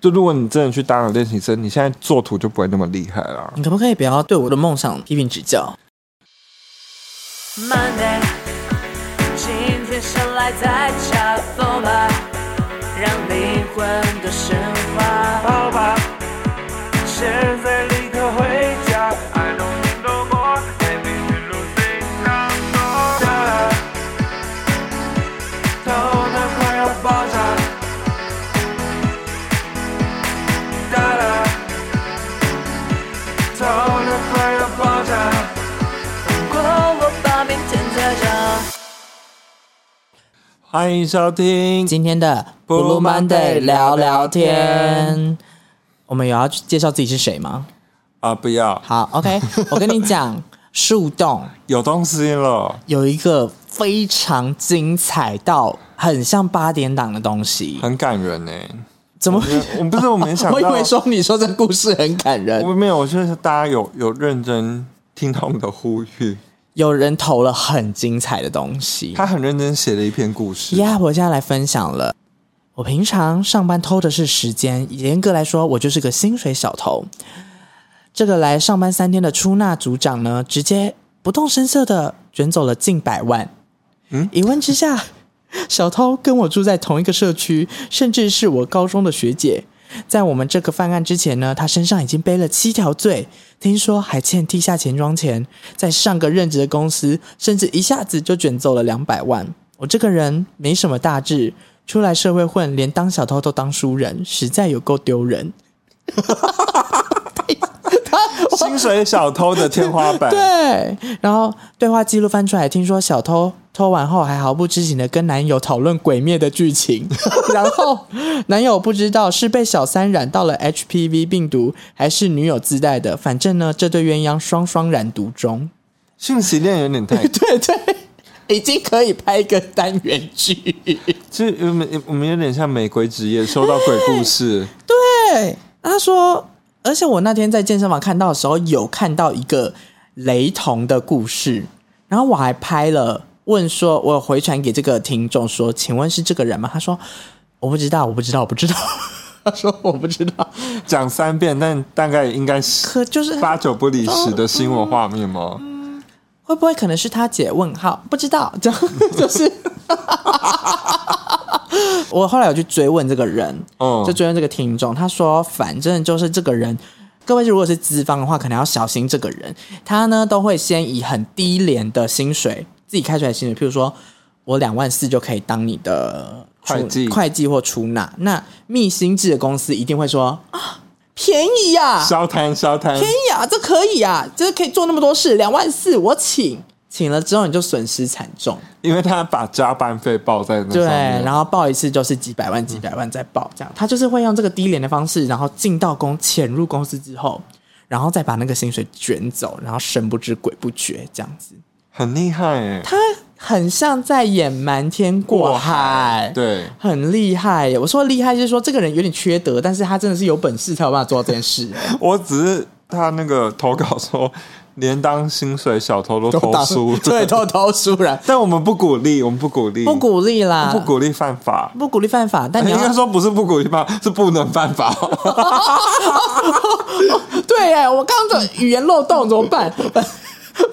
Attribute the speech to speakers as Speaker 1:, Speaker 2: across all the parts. Speaker 1: 就如果你真的去当了练习生，你现在做图就不会那么厉害了。
Speaker 2: 你可不可以不要对我的梦想批评指教？
Speaker 3: Monday，今天生来在恰逢吧，让灵魂的升华。好吧，现在立刻回家。I don't need no more anything to think about. 头脑快要爆炸。哒啦，头脑快要爆炸。如果我把明天再找。
Speaker 1: 欢迎收听，
Speaker 2: 今天的
Speaker 1: Blue
Speaker 2: Blue
Speaker 1: Monday
Speaker 2: Monday
Speaker 1: 聊聊
Speaker 2: 聊聊
Speaker 1: 天
Speaker 2: 天，我们有要去介绍自己是谁吗？
Speaker 1: 啊，不要
Speaker 2: 好，OK，我跟你讲，树洞
Speaker 1: 有东西了，
Speaker 2: 有一个非常精彩到很像八点档的东西，
Speaker 1: 很感人呢、
Speaker 2: 怎么？
Speaker 1: 我不是我没想到，
Speaker 2: 我以为说你说这故事很感人
Speaker 1: 我，没有，我就是大家有有认真听他们的呼吁，
Speaker 2: 有人投了很精彩的东西。
Speaker 1: 他很认真写了一篇故事。
Speaker 2: 呀我现在来分享了。我平常上班偷的是时间，严格来说，我就是个薪水小偷。这个来上班三天的出纳组长呢，直接不动声色的卷走了近百万。嗯，一问之下，小偷跟我住在同一个社区，甚至是我高中的学姐。在我们这个犯案之前呢，他身上已经背了七条罪，听说还欠地下钱庄钱。在上个任职的公司，甚至一下子就卷走了两百万。我这个人没什么大志，出来社会混，连当小偷都当熟人，实在有够丢人。
Speaker 1: 薪水小偷的天花板，
Speaker 2: 对，然后对话记录翻出来，听说小偷偷完后还毫不知情的跟男友讨论《鬼灭》的剧 情，然后男友不知道是被小三染到了 HPV 病毒，还是女友自带的，反正呢，这对鸳鸯双双染毒中。
Speaker 1: 讯息链有点太，
Speaker 2: 对对，已经可以拍一个单元剧。
Speaker 1: 其实我们我们有点像玫瑰职业收到鬼故 事，
Speaker 2: 对，他说，而且我那天在健身房看到的时候，有看到一个雷同的故事，然后我还拍了，问说，我有回传给这个听众说，请问是这个人吗？他说，我不知道，我不知道，我不知道。他说我不知道，
Speaker 1: 讲三遍，但大概应该是
Speaker 2: 可就是哦嗯
Speaker 1: 八九不离十的新闻画面吗？
Speaker 2: 会不会可能是他姐？问号不知道， 这样就是。我后来有去追问这个人，
Speaker 1: 嗯
Speaker 2: 就追问这个听众，他说反正就是这个人，各位如果是资方的话，可能要小心这个人。他呢都会先以很低廉的薪水，自己开出来的薪水，譬如说我两万四就可以当你的出
Speaker 1: 会计
Speaker 2: 会计或出纳。那密薪制的公司一定会说啊，便宜呀、
Speaker 1: 消摊消摊，
Speaker 2: 便宜啊，这可以啊，这可以做那么多事，两万四我请，请了之后你就损失惨重，
Speaker 1: 因为他把加班费报在那
Speaker 2: 对，
Speaker 1: 上面，
Speaker 2: 然后报一次就是几百万、几百万再报，这样他就是会用这个低廉的方式，然后进到公潜入公司之后，然后再把那个薪水卷走，然后神不知鬼不觉这样子，
Speaker 1: 很厉害哎、
Speaker 2: 他很像在演瞒天过海，。
Speaker 1: 对，
Speaker 2: 很厉害耶，我说厉害就是说这个人有点缺德，但是他真的是有本事才有办法做到这件 事。
Speaker 1: 我只是他那个投稿说，连当薪水小偷都投诉，
Speaker 2: 对，都都输了，
Speaker 1: 但我们不鼓励，我们不鼓励，
Speaker 2: 不鼓励啊啦，
Speaker 1: 不鼓励犯法。
Speaker 2: 不鼓励犯法，但你
Speaker 1: 应该
Speaker 2: 要
Speaker 1: 说不是不鼓励犯，是不能犯法。
Speaker 2: 对哎，我刚刚的语言漏洞怎么办？反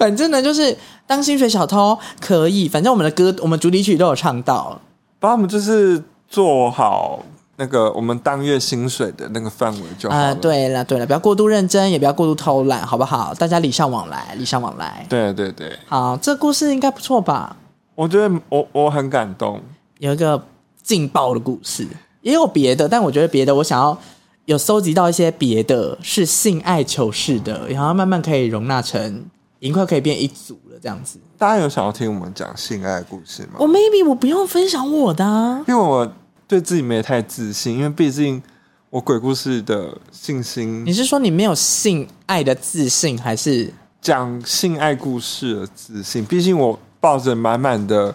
Speaker 2: 反正呢，就是当薪水小偷可以，反正我们的歌，我们主题曲都有唱到。
Speaker 1: 把我们就是做好那个我们当月薪水的那个范围就好了。
Speaker 2: 啊，对了对了，不要过度认真，也不要过度偷懒，好不好？大家礼尚往来，礼尚往来。
Speaker 1: 对对对，
Speaker 2: 好，这故事应该不错吧？
Speaker 1: 我觉得我我很感动。
Speaker 2: 有一个劲爆的故事，也有别的，但我觉得别的我想要有搜集到一些别的是性爱糗事的，然后慢慢可以容纳成，一块可以变一组了这样子。
Speaker 1: 大家有想要听我们讲性爱的故事吗？
Speaker 2: 我 maybe 我不用分享我的、啊，
Speaker 1: 因为我对自己没太自信，因为毕竟我鬼故事的信心
Speaker 2: 你是说你没有性爱的自信，还是
Speaker 1: 讲性爱故事的自信，毕竟我抱着满满的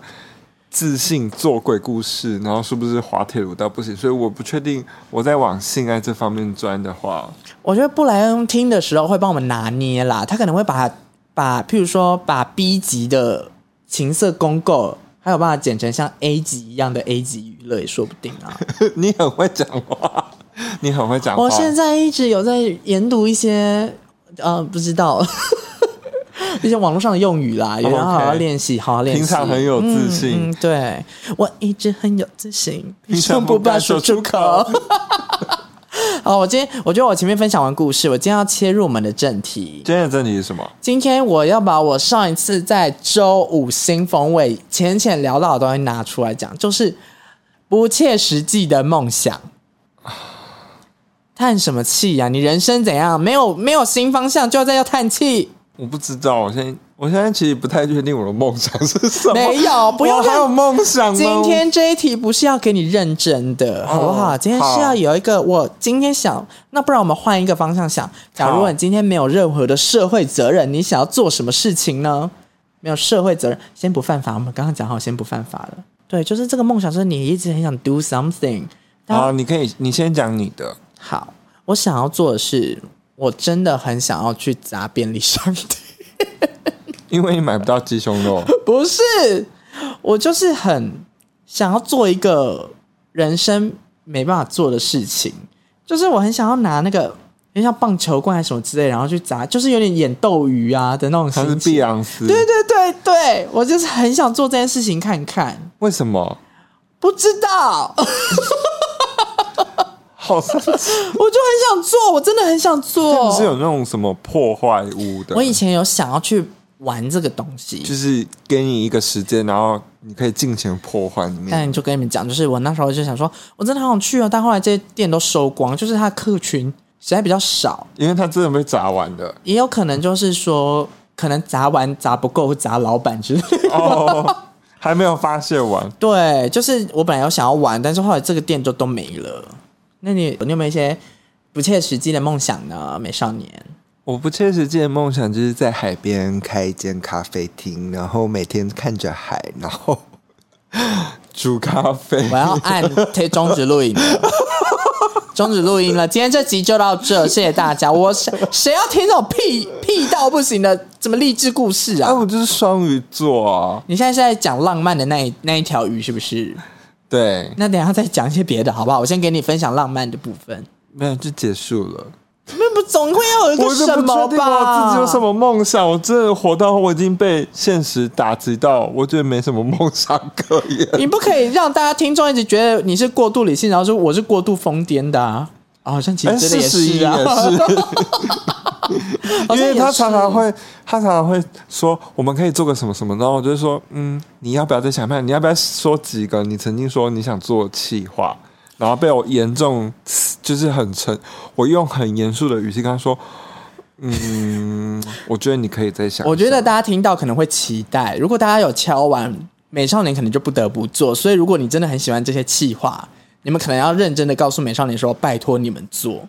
Speaker 1: 自信做鬼故事，然后是不是滑铁卢到不行？所以我不确定我在往性爱这方面钻的话，
Speaker 2: 我觉得布莱恩听的时候会帮我们拿捏啦，他可能会把把，譬如说把 B 级的情色公购，还有办法剪成像 A 级一样的 A 级娱乐也说不定啊。
Speaker 1: 你很会讲话，你很会讲话。
Speaker 2: 我现在一直有在研读一些呃，不知道 一些网络上的用语啦，也要好好
Speaker 1: 哦 OK
Speaker 2: 练习，好好练习。
Speaker 1: 平常很有自信，
Speaker 2: 嗯，对我一直很有自信，
Speaker 1: 平
Speaker 2: 说
Speaker 1: 常
Speaker 2: 不
Speaker 1: 敢
Speaker 2: 怕
Speaker 1: 说
Speaker 2: 说
Speaker 1: 出
Speaker 2: 出口。
Speaker 1: 口。
Speaker 2: 好，我今天我觉得我前面分享完故事，我今天要切入我们的正题。
Speaker 1: 今天的正题是什么？
Speaker 2: 今天我要把我上一次在周五新风味浅浅聊到的东西拿出来讲，就是不切实际的梦想。叹什么气呀、你人生怎样？没有没有新方向，就要在要叹气？
Speaker 1: 我不知道，我现在我现在其实不太确定我的梦想是什么。哦
Speaker 2: 没有不用
Speaker 1: 我还有梦想吗？
Speaker 2: 今天这一题不是要给你认真的，好不好？今天是要有一个，我今天想，那不然我们换一个方向想。假如
Speaker 1: 好
Speaker 2: 你今天没有任何的社会责任，你想要做什么事情呢？没有社会责任，先不犯法。我们刚刚讲好，先不犯法了。对，就是这个梦想，是你一直很想 do something。但
Speaker 1: 啊，你可以你先讲你的。
Speaker 2: 好，我想要做的是，我真的很想要去砸便利商店。
Speaker 1: 因为你买不到鸡胸 肉，
Speaker 2: 不是，我就是很想要做一个人生没办法做的事情，就是我很想要拿那个，很像棒球棍还是什么之类，然后去砸，就是有点演斗鱼啊的那种
Speaker 1: 它是
Speaker 2: 心
Speaker 1: 碧
Speaker 2: 情。
Speaker 1: 昂斯。
Speaker 2: 对对对对，我就是很想做这件事情看看，
Speaker 1: 为什么？
Speaker 2: 不知道， 我就
Speaker 1: 好生气！
Speaker 2: 很想做，我真的很想做。
Speaker 1: 不是有那种什么破坏屋的
Speaker 2: 我，以前有想要去玩这个东西，
Speaker 1: 就是给你一个时间，然后你可以尽情破坏里面。
Speaker 2: 但就跟你们讲，就是我那时候就想说，我真的好想去哦，但后来这些店都收光，就是它的客群实在比较少，
Speaker 1: 因为它真的被砸完的
Speaker 2: 也有可能就是说，可能砸完砸不够，砸老板之类 的。
Speaker 1: 哦，还没有发泄完。
Speaker 2: 对，就是我本来有想要玩，但是后来这个店就都没了。那你你有没有一些不切实际的梦想呢，美少年？
Speaker 1: 我不切实际的梦想就是在海边开一间咖啡厅，然后每天看着海，然后 煮咖啡
Speaker 2: 我。要按推终止录音了，终止录音了。今天这集就到这，谢谢大家。我谁谁要听这种屁屁到不行的怎么励志故事啊？
Speaker 1: 啊，我就是双鱼座啊，
Speaker 2: 你现在是在讲浪漫的那一那一条鱼是不是？
Speaker 1: 对，
Speaker 2: 那等一下再讲一些别的好不好？我先给你分享浪漫的部分。
Speaker 1: 没有就结束了。
Speaker 2: 那不总会要有一
Speaker 1: 我
Speaker 2: 个
Speaker 1: 就
Speaker 2: 什
Speaker 1: 不
Speaker 2: 么
Speaker 1: 确定
Speaker 2: 吧？
Speaker 1: 我啊自己有什？么梦想，我真的活到我已经被现实打击到，我觉得没什么梦想可 言。
Speaker 2: 你不可以让大家听众一直觉得你是过度理性，然后说我是过度疯癫的啊！啊好、像其
Speaker 1: 哎，
Speaker 2: 实真的
Speaker 1: 事实也
Speaker 2: 是 啊， 好像
Speaker 1: 因
Speaker 2: 也
Speaker 1: 为
Speaker 2: 是
Speaker 1: 他常常会，他常常会说我们可以做个什么什么，然后我就说，嗯，你要不要再想看？你要不要说几个你曾经说你想做的企划，然后被我严重就是很沉，我用很严肃的语气跟他说，嗯，我觉得你可以再想一想。
Speaker 2: 我觉得大家听到可能会期待，如果大家有敲完美少年，可能就不得不做。所以，如果你真的很喜欢这些企划，你们可能要认真的告诉美少年说：“拜托你们做。”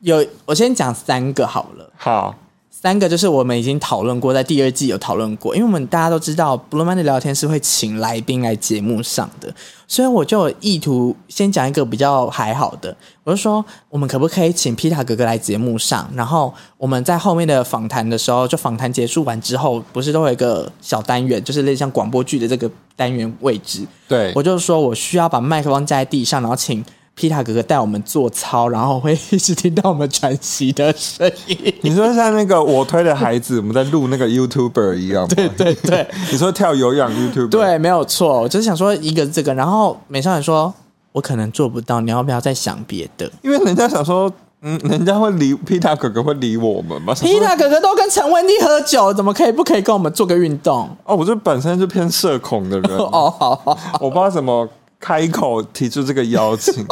Speaker 2: 有，我先讲三个好了。
Speaker 1: 好，
Speaker 2: 三个就是我们已经讨论过，在第二季有讨论过，因为我们大家都知道，布鲁曼的聊天是会请来宾来节目上的，所以我就有意图先讲一个比较还好的，我就说我们可不可以请皮塔哥哥来节目上，然后我们在后面的访谈的时候，就访谈结束完之后，不是都会有一个小单元，就是类似像广播剧的这个单元位置，
Speaker 1: 对，
Speaker 2: 我就说我需要把麦克风架在地上，然后请皮塔哥哥带我们做操，然后会一直听到我们喘息的声音。
Speaker 1: 你说像那个我推的孩子，我 们在录那个 YouTuber 一样，对对对。你说跳有氧 YouTuber，，
Speaker 2: 对，没有错，我就是想说一个这个，然后美少女说，我可能做不到，你要不要再想别的？
Speaker 1: 因为人家想说，嗯，人家会理 Peter 哥哥会理我们吗？想
Speaker 2: 皮
Speaker 1: 说
Speaker 2: 塔哥哥都跟陈文丽喝酒，怎么可以不可以跟我们做个运动？
Speaker 1: 哦，我就本身就偏社恐的人，
Speaker 2: 哦，好好好
Speaker 1: 我不知道怎么开口提出这个邀 请。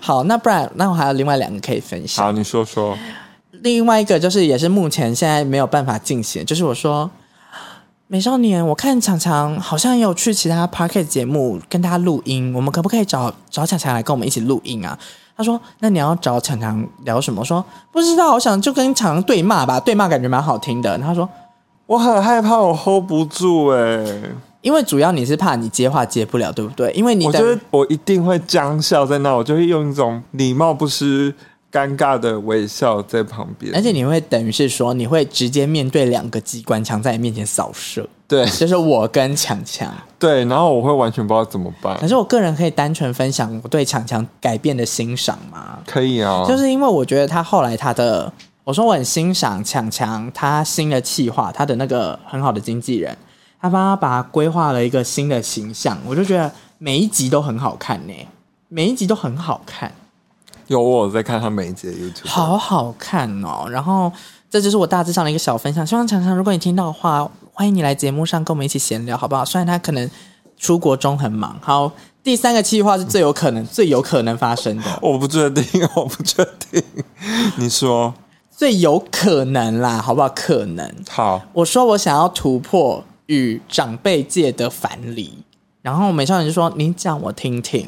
Speaker 2: 好，那不然那我还有另外两个可以分享。
Speaker 1: 好，你说说，
Speaker 2: 另外一个就是也是目前现在没有办法进行，就是我说。美少年，我看强强好像也有去其他 p a r k e t 节目跟他录音，我们可不可以找找强强来跟我们一起录音啊？他说：“那你要找强强聊什么？”我说：“不知道，我想就跟强强对骂吧，对骂感觉蛮好听的。”然后他说
Speaker 1: 我很害怕，我 hold 不住哎、：“
Speaker 2: 因为主要你是怕你接话接不了，对不对？因为你
Speaker 1: 我
Speaker 2: 的
Speaker 1: 觉得我一定会僵笑在那，我就会用一种礼貌不失尴尬的微笑在旁边，
Speaker 2: 而且你会等于是说，你会直接面对两个机关枪在你面前扫射，
Speaker 1: 对
Speaker 2: 就是我跟强强。
Speaker 1: 对，然后我会完全不知道怎么办
Speaker 2: 可。是我个人可以单纯分享我对强强改变的欣赏吗？
Speaker 1: 可以啊，
Speaker 2: 就是因为我觉得他后来他的，我说我很欣赏强强他新的企划，他的那个很好的经纪人，他帮他把他规划了一个新的形象，我就觉得每一集都很好看呢、每一集都很好看，
Speaker 1: 有我有在看他每一集的 YouTube。
Speaker 2: 好好看哦。然后这就是我大致上的一个小分享，希望强强如果你听到的话，欢迎你来节目上跟我们一起闲聊，好不好？虽然他可能出国中很忙，好。第三个计划是最有可能、最有可能发生的，
Speaker 1: 我不确定， 我不确定。你说
Speaker 2: 最有可能啦，好不好？可能，
Speaker 1: 好，
Speaker 2: 我说我想要突破与长辈界的藩篱，然后美少女就说：“你讲我听听。”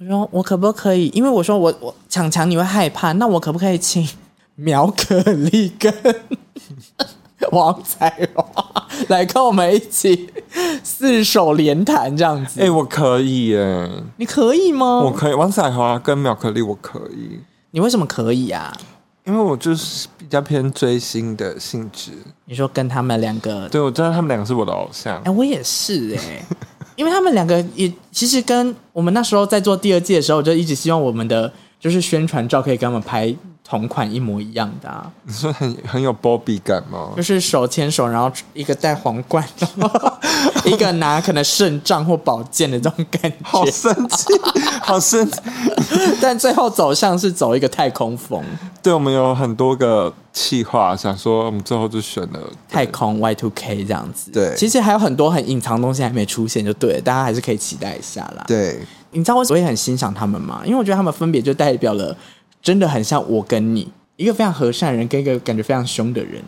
Speaker 2: 我说：“我可不可以？因为我说我我强强你会害怕，那我可不可以请苗可丽跟 王彩华来跟我们一起四手联弹这样子？
Speaker 1: 哎、我可以耶、
Speaker 2: 你可以
Speaker 1: 我
Speaker 2: 吗？
Speaker 1: 可以。王彩华跟苗可丽，我可以，
Speaker 2: 你为什么可以啊？
Speaker 1: 因为我就是比较偏追星的性质。
Speaker 2: 你说跟他们两个
Speaker 1: 对，我知道他们两个是我的偶像
Speaker 2: 哎、。我 也是哎、因为他们两个也其实跟我们那时候在做第二季的时候，我就一直希望我们的就是宣传照可以跟他们拍同款一模一样的、啊，
Speaker 1: 你说很很有 Bobby 感吗
Speaker 2: 就？是手牵手，然后一个戴皇冠，然后一个拿可能胜仗或宝剑的这种感
Speaker 1: 好
Speaker 2: 觉，
Speaker 1: 生 气，好生气！
Speaker 2: 但最后走向是走一个太空风，
Speaker 1: 对我们有很多个企划，想说我们最后就选了
Speaker 2: 太空 Y two K 这样子。
Speaker 1: 对
Speaker 2: 其实还有很多很隐藏的东西还没出现，就对了，大家还是可以期待一下啦。
Speaker 1: 对，
Speaker 2: 你知道我所以很欣赏他们吗？因为我觉得他们分别就代表了，真的很像我跟你，一个非常和善的人跟一个感觉非常凶的人。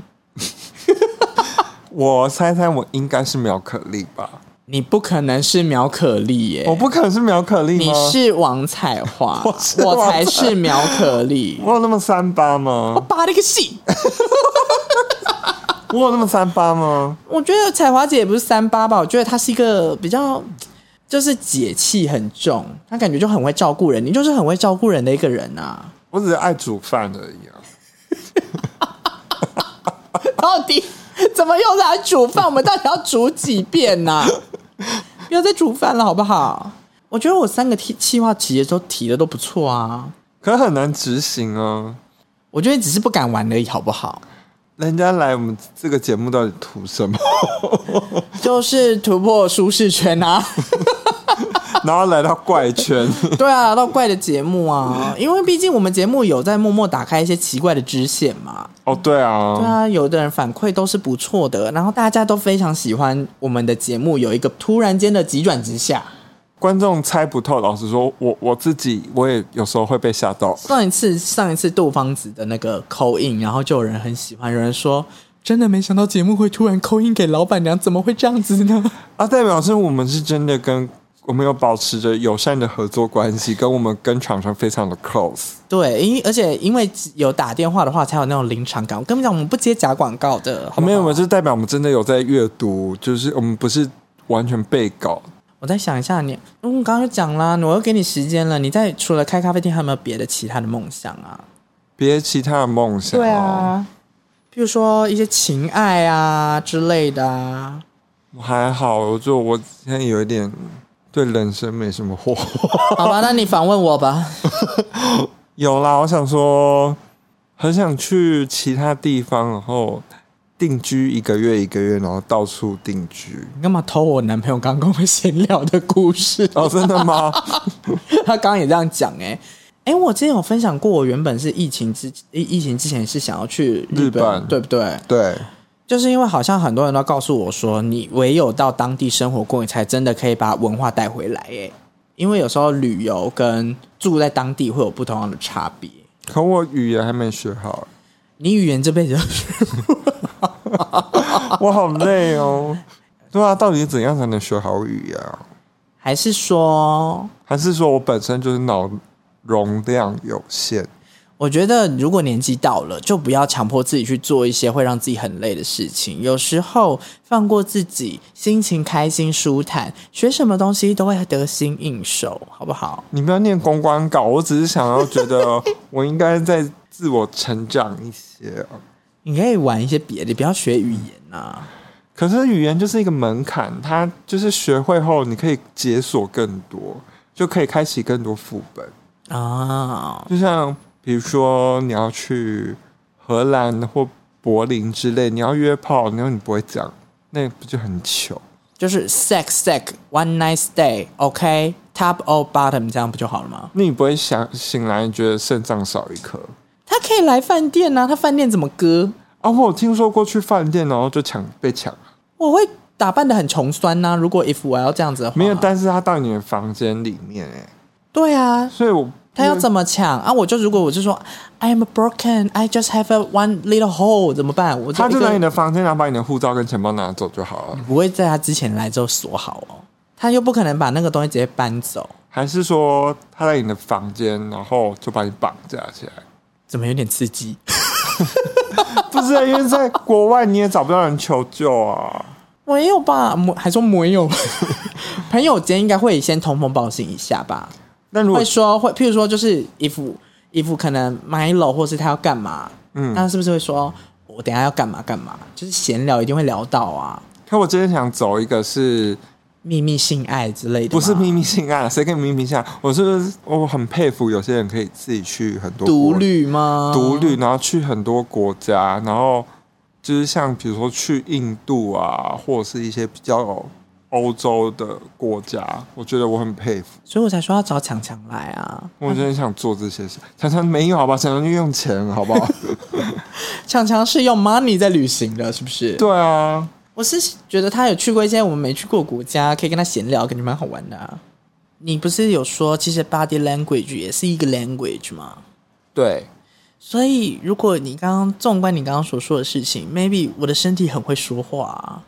Speaker 1: 我猜猜我应该是苗可丽吧？
Speaker 2: 你不可能是苗可丽耶、
Speaker 1: 我不可能是苗可丽
Speaker 2: 你
Speaker 1: 吗？
Speaker 2: 是王彩华，
Speaker 1: 我是王彩
Speaker 2: 才是苗可丽。
Speaker 1: 我有那么三八 吗？
Speaker 2: 巴了个戏！
Speaker 1: 我有那么三八吗？
Speaker 2: 我觉得彩华姐也不是三八吧，我觉得她是一个比较，就是姐气很重，她感觉就很会照顾人，你就是很会照顾人的一个人啊。
Speaker 1: 我只是爱煮饭而已啊！
Speaker 2: 到底怎么又来煮饭？我们到底要煮几遍呢、 不要再煮饭了，好不好？我觉得我三个提计划其实都提的都不错啊，
Speaker 1: 可是很难执行啊！
Speaker 2: 我觉得只是不敢玩而已，好不好？
Speaker 1: 人家来我们这个节目到底图什么？
Speaker 2: 就是突破舒适圈 啊，
Speaker 1: 然后来到怪 圈，
Speaker 2: 对啊，到怪的节目啊，因为毕竟我们节目有在默默打开一些奇怪的支线嘛。
Speaker 1: 哦，对啊，
Speaker 2: 对啊，有的人反馈都是不错的，然后大家都非常喜欢我们的节目，有一个突然间的急转直下。
Speaker 1: 观众猜不透。老实说，我我自己我也有时候会被吓到。
Speaker 2: 上一次上一次杜芳子的那个扣印，然后就有人很喜欢，有人说真的没想到节目会突然扣印给老板娘，怎么会这样子呢？
Speaker 1: 啊，代表是我们是真的跟我们有保持着友善的合作关系，跟我们跟厂商非常的 close。
Speaker 2: 对，因而且因为有打电话的话，才有那种临场感。我跟你讲，我们不接假广告的，好不好
Speaker 1: 没有，我就代表我们真的有在阅读，就是我们不是完全背稿。
Speaker 2: 我再想一下你，嗯，刚刚就讲啦，我又给你时间了。你在除了开咖啡店，还有没有别的其他的梦想啊？
Speaker 1: 别其他的梦想、哦，
Speaker 2: 对，啊，譬如说一些情爱啊之类的啊。
Speaker 1: 我还好，我就我现在有一点对人生没什么火。
Speaker 2: 好吧，那你访问我吧。
Speaker 1: 有啦，我想说，很想去其他地方，然后定居一个月一个月，然后到处定居。
Speaker 2: 你干嘛偷我男朋友刚刚跟我们闲聊的故事？
Speaker 1: 哦，真的吗？
Speaker 2: 他刚刚也这样讲哎、哎、我之前有分享过，我原本是疫情之疫疫情之前是想要去日
Speaker 1: 日本
Speaker 2: 对不对？
Speaker 1: 对，
Speaker 2: 就是因为好像很多人都告诉我说，你唯有到当地生活过，你才真的可以把文化带回来哎、因为有时候旅游跟住在当地会有不同的差别。
Speaker 1: 可我语言还没学好，
Speaker 2: 你语言这辈子都学
Speaker 1: 我好累哦。对啊，到底怎样才能学好语言啊？
Speaker 2: 还是说，
Speaker 1: 还是说我本身就是脑容量有限？
Speaker 2: 我觉得如果年纪到了，就不要强迫自己去做一些会让自己很累的事情。有时候放过自己，心情开心舒坦，学什么东西都会得心应手，好不好？
Speaker 1: 你不要念公关稿，我只是想要觉得我应该再自我成长一些啊。
Speaker 2: 你可以玩一些别的，不要学语言呐、啊
Speaker 1: 可是语言就是一个门槛，它就是学会后，你可以解锁更多，就可以开启更多副本。
Speaker 2: 啊，
Speaker 1: 就像比如说你要去荷兰或柏林之类，你要约炮，然后你不会讲，那不就很糗？
Speaker 2: 就是 sex sex one night stay，OK、top or bottom 这样不就好了吗？
Speaker 1: 那你不会想醒来觉得肾脏少一颗
Speaker 2: 他可以来饭店呐、啊，他饭店怎么割？
Speaker 1: 啊？我有听说过去饭店然后就抢被抢，
Speaker 2: 我会打扮的很穷酸呐、如果 if 我要这样子的话，
Speaker 1: 没有，但是他到你的房间里面哎、
Speaker 2: 对啊，
Speaker 1: 所以我
Speaker 2: 他要怎么抢啊？我就如果我就说 I'm broken, I just have a one little hole 怎么办？我
Speaker 1: 他
Speaker 2: 一
Speaker 1: 就
Speaker 2: 个嗯
Speaker 1: 来你的房间，然后把你的护照跟钱包拿走就好了。
Speaker 2: 不会在他之前来之后锁好哦，他又不可能把那个东西直接搬走，
Speaker 1: 还是说他在你的房间，然后就把你绑架起来？
Speaker 2: 怎么有点 刺激？
Speaker 1: 不是，啊因为在国外你也找不到人求救啊。
Speaker 2: 没有吧？没还说没有， 朋友间应该会先通风报信一下吧？
Speaker 1: 那如果
Speaker 2: 会说会，譬如说就是 if if 可能 Milo 或是他要干嘛，嗯，那是不是会说我等一下要干嘛干嘛？就是闲聊一定会聊到啊，
Speaker 1: 可我今天想走一个是
Speaker 2: 秘密性爱之类的，
Speaker 1: 不是秘
Speaker 2: 密，
Speaker 1: 密性爱？谁可以秘密性爱？我是我很佩服有些人可以自己去很多
Speaker 2: 独啊
Speaker 1: 国
Speaker 2: 旅吗？
Speaker 1: 独立，然后去很多国家，然后就是像比如说去印度啊，或者是一些比较欧洲的国家，我觉得我很佩服。
Speaker 2: 所以我才说要找强强来啊！
Speaker 1: 我真的想做这些事，常常没有好吧，常常就用钱好不好？
Speaker 2: 强强是用 money 在旅行的，是不是？
Speaker 1: 对啊，
Speaker 2: 我是觉得他有去过一些我们没去过的国家，可以跟他闲聊，感觉蛮好玩的、啊。你不是有说，其实 body language 也是一个 language 吗？
Speaker 1: 对，
Speaker 2: 所以，如果你刚刚纵观你刚刚所说的事情，maybe 我的身体很会说话、啊、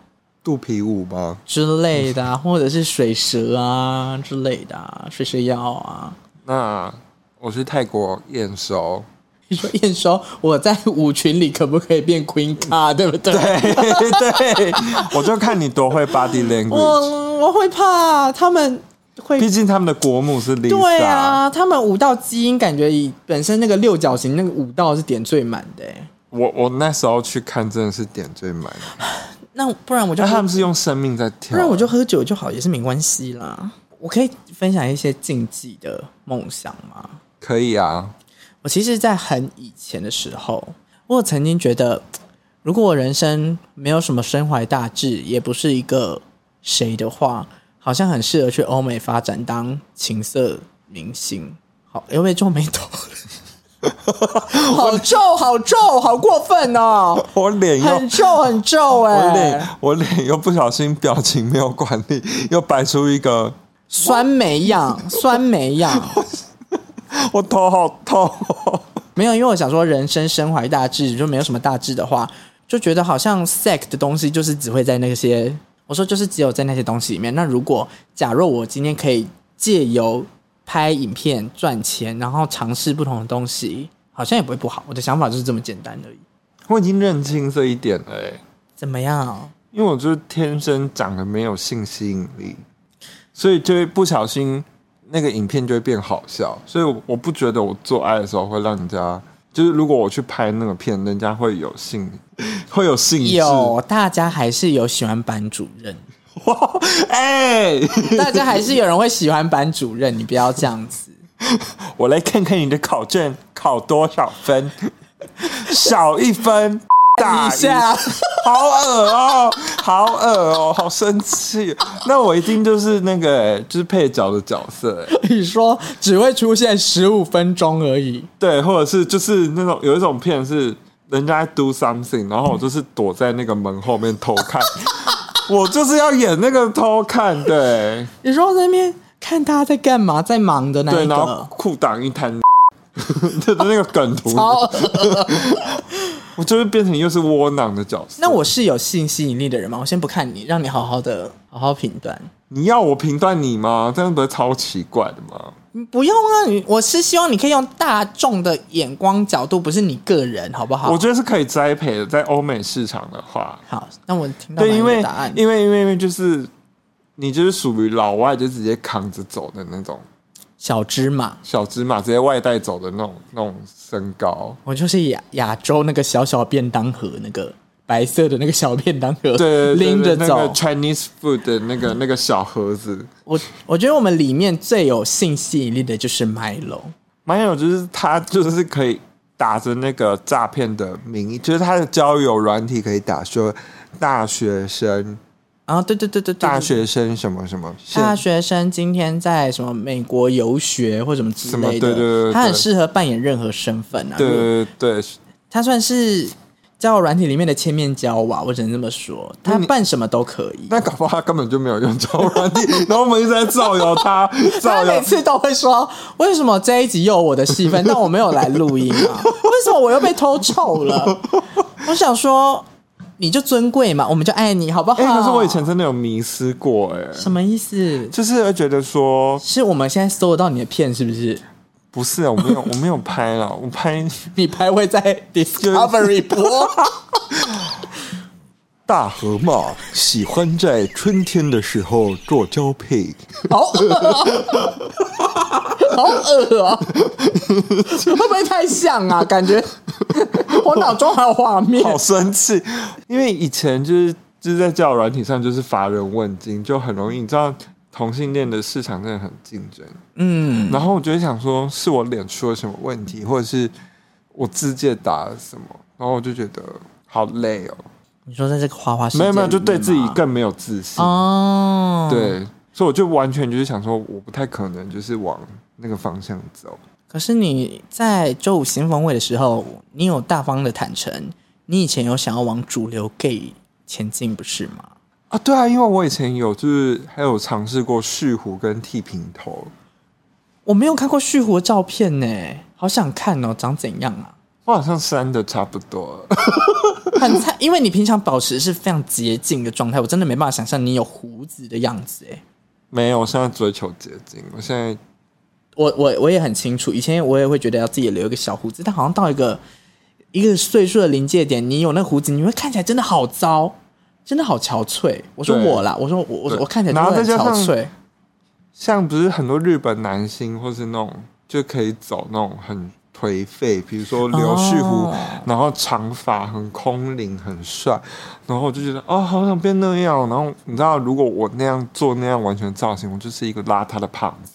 Speaker 1: 肚皮舞吗？
Speaker 2: 之类的啊、或者是水蛇啊之类的、啊，水蛇腰啊。
Speaker 1: 那我去泰国验收，
Speaker 2: 你说 验收，我在舞群里可不可以变 Queen 卡，对不对？
Speaker 1: 对，我就看你多会 body language。
Speaker 2: 我我会怕他们会
Speaker 1: 毕竟他们的国母是 Lisa，
Speaker 2: 对啊，他们舞蹈基因感觉以本身那个六角形那个舞蹈是点缀满的欸、
Speaker 1: 我我那时候去看真的是点缀满，
Speaker 2: 那不然我就
Speaker 1: 但
Speaker 2: 喝
Speaker 1: 他们是用生命在跳，
Speaker 2: 不然我就喝酒就好，也是没关系啦。我可以分享一些禁忌的梦想吗？
Speaker 1: 可以啊，
Speaker 2: 我其实，在很以前的时候，我有曾经觉得，如果我人生没有什么身怀大志，也不是一个谁的话，好像很适合去欧美发展当情色明星。好，有没有皱眉头？好皱，好皱，好过分 哦！
Speaker 1: 我脸又
Speaker 2: 很皱，很皱哎、
Speaker 1: 我脸我脸又不小心表情没有管理，又摆出一个
Speaker 2: 酸梅样，酸梅样。
Speaker 1: 我头好痛，哦
Speaker 2: 没有，因为我想说，人生身怀大志，就没有什么大志的话，就觉得好像 sex 的东西就是只会在那些，我说就是只有在那些东西里面。那如果假若我今天可以借由拍影片赚钱，然后尝试不同的东西，好像也不会不好。我的想法就是这么简单而已。
Speaker 1: 我已经认清这一点了、欸，
Speaker 2: 怎么样？
Speaker 1: 因为我就是天生长得没有性吸引力，所以就会不小心那个影片就会变好笑，所以我我不觉得我做爱的时候会让人家，就是如果我去拍那个片，人家会有性，会有兴致。
Speaker 2: 有，大家还是有喜欢班主任，
Speaker 1: 哇，哎、
Speaker 2: 大家还是有人会喜欢班主任。你不要这样子。
Speaker 1: 我来看看你的考卷考多少分， 少一 分，大
Speaker 2: 一下，
Speaker 1: 好恶哦，好恶哦，好生气。那我一定就是那个、欸，就是配角的角色、欸，
Speaker 2: 你说只会出现十五分钟而已。
Speaker 1: 对，或者是就是那种有一种片是人家在 do something，然后我就是躲在那个门后面偷 看，我就是要演那个偷看，对
Speaker 2: 你说在那边看他在干嘛，在忙的那
Speaker 1: 对，
Speaker 2: 一
Speaker 1: 然后
Speaker 2: 个，
Speaker 1: 裤裆一摊， 就是那个梗图，
Speaker 2: 超恶。
Speaker 1: 我就是变成又是窝囊的角色。
Speaker 2: 那我是有性吸引力的人吗？我先不看你，让你好好的好好评断。
Speaker 1: 你要我评断你吗？这样不是超奇怪的吗？
Speaker 2: 嗯不用啊，你我是希望你可以用大众的眼光角度，不是你个人，好不好？
Speaker 1: 我觉得是可以栽培的，在欧美市场的话，
Speaker 2: 好，那我听到
Speaker 1: 对，因
Speaker 2: 你
Speaker 1: 为
Speaker 2: 的答案。
Speaker 1: 因为因为因为就是你就是属于老外，就直接扛着走的那种。
Speaker 2: 小芝麻，
Speaker 1: 小芝麻直接外带走的那种那种身高，
Speaker 2: 我就是亚亚洲那个小小便当盒那个白色的那个小便当盒，
Speaker 1: 对对对对
Speaker 2: 拎着
Speaker 1: 那
Speaker 2: 走。
Speaker 1: 个 Chinese food 的那个那个小盒子，
Speaker 2: 我我觉得我们里面最有性吸引力的就是 Milo，
Speaker 1: 蛮有，就是他就是可以打着那个诈骗的名义，就是他的交友软体可以打说大学生
Speaker 2: 啊，对对对对对，
Speaker 1: 大学生什么什么现
Speaker 2: 大学生今天在什么美国游学或什么之
Speaker 1: 什么
Speaker 2: 类的，
Speaker 1: 对对对对
Speaker 2: 他很适合扮演任何身份啊。
Speaker 1: 对对对对，
Speaker 2: 他算是交友软体里面的千面交吧，我只能这么说，他扮什么都可以。
Speaker 1: 那搞不好他根本就没有用交友软体，然后我们一直在造谣他，
Speaker 2: 他
Speaker 1: 造
Speaker 2: 每
Speaker 1: 谣。
Speaker 2: 次都会说：“为什么这一集又有我的 戏份，但我没有来录音啊？为什么我又被偷臭 了？”我想说，你就尊贵嘛，我们就爱你，好不好？
Speaker 1: 哎、可是我以前真的有迷失过、哎，
Speaker 2: 什么意思？
Speaker 1: 就是会觉得说
Speaker 2: 是我们现在搜得到你的片，是不是？
Speaker 1: 不是啊，我没有，我没有拍了，我拍
Speaker 2: 你拍会在 Discovery 播？
Speaker 1: 大河马，喜欢在春天的时候做交配。
Speaker 2: 好 恶、好 恶啊、会不会太像啊？感觉我脑中还有画 面。
Speaker 1: 好生气，因为以前就是就是在交友软体上就是乏人问津，就很容易，你知道同性恋的市场真的很竞争。
Speaker 2: 嗯，
Speaker 1: 然后我就会想说，是我脸出了什么问题，或者是我自介打了什么，然后我就觉得好累哦，
Speaker 2: 你说在这个花花世界
Speaker 1: 没有
Speaker 2: 里面
Speaker 1: 没
Speaker 2: 吗，
Speaker 1: 有，就对自己更没有自信。嗯
Speaker 2: 哦。，
Speaker 1: 对，所以我就完全就是想说，我不太可能就是往那个方向走。
Speaker 2: 可是你在周五新峰会的时候，你有大方的坦诚，你以前有想要往主流 gay 前进，不是吗？
Speaker 1: 啊，对啊，因为我以前有就是还有尝试过蓄胡跟剃平头，
Speaker 2: 我没有看过旭湖的照片呢，好想看哦，长怎样啊？
Speaker 1: 我好像删的差不多了。
Speaker 2: 很菜，因为你平常保持是非常洁净的状态，我真的没办法想象你有胡子的样子哎。
Speaker 1: 没有，我现在追求捷径，我现在
Speaker 2: 我我我也很清楚，以前我也会觉得要自己留一个小胡子，但好像到一个一个岁数的临界点，你有那胡子，你会看起来真的好糟，真的好憔悴。我说
Speaker 1: 对
Speaker 2: 我啦，我说我我
Speaker 1: 对
Speaker 2: 我看起来
Speaker 1: 然后
Speaker 2: 真的
Speaker 1: 再
Speaker 2: 很
Speaker 1: 加
Speaker 2: 憔
Speaker 1: 上
Speaker 2: 悴。
Speaker 1: 像不是很多日本男星或是那种就可以走那种很颓废，比如说留蓄胡，
Speaker 2: 哦
Speaker 1: 然后长发很空灵很帅，然后我就觉得哦，好想变那样。然后你知道，如果我那样做那样完全造型，我就是一个邋遢的胖子。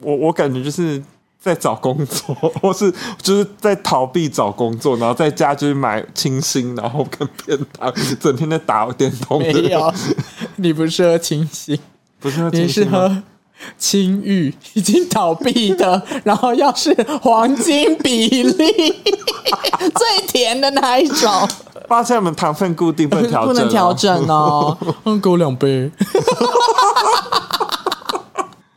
Speaker 1: 我我感觉就是。在找工作， 或是就是在逃避找工作，然后在家就是买清新，然后跟便当，整天在打电动。
Speaker 2: 没有，你不适合清新，
Speaker 1: 不是要
Speaker 2: 你
Speaker 1: 清
Speaker 2: 适
Speaker 1: 新吗
Speaker 2: 合青玉，已经倒闭 的，然后要是黄金比例 最甜的那一种，
Speaker 1: 发现我们糖分固定，不能调
Speaker 2: 不
Speaker 1: 整，啊
Speaker 2: 能调。整哦。 嗯，给我两杯。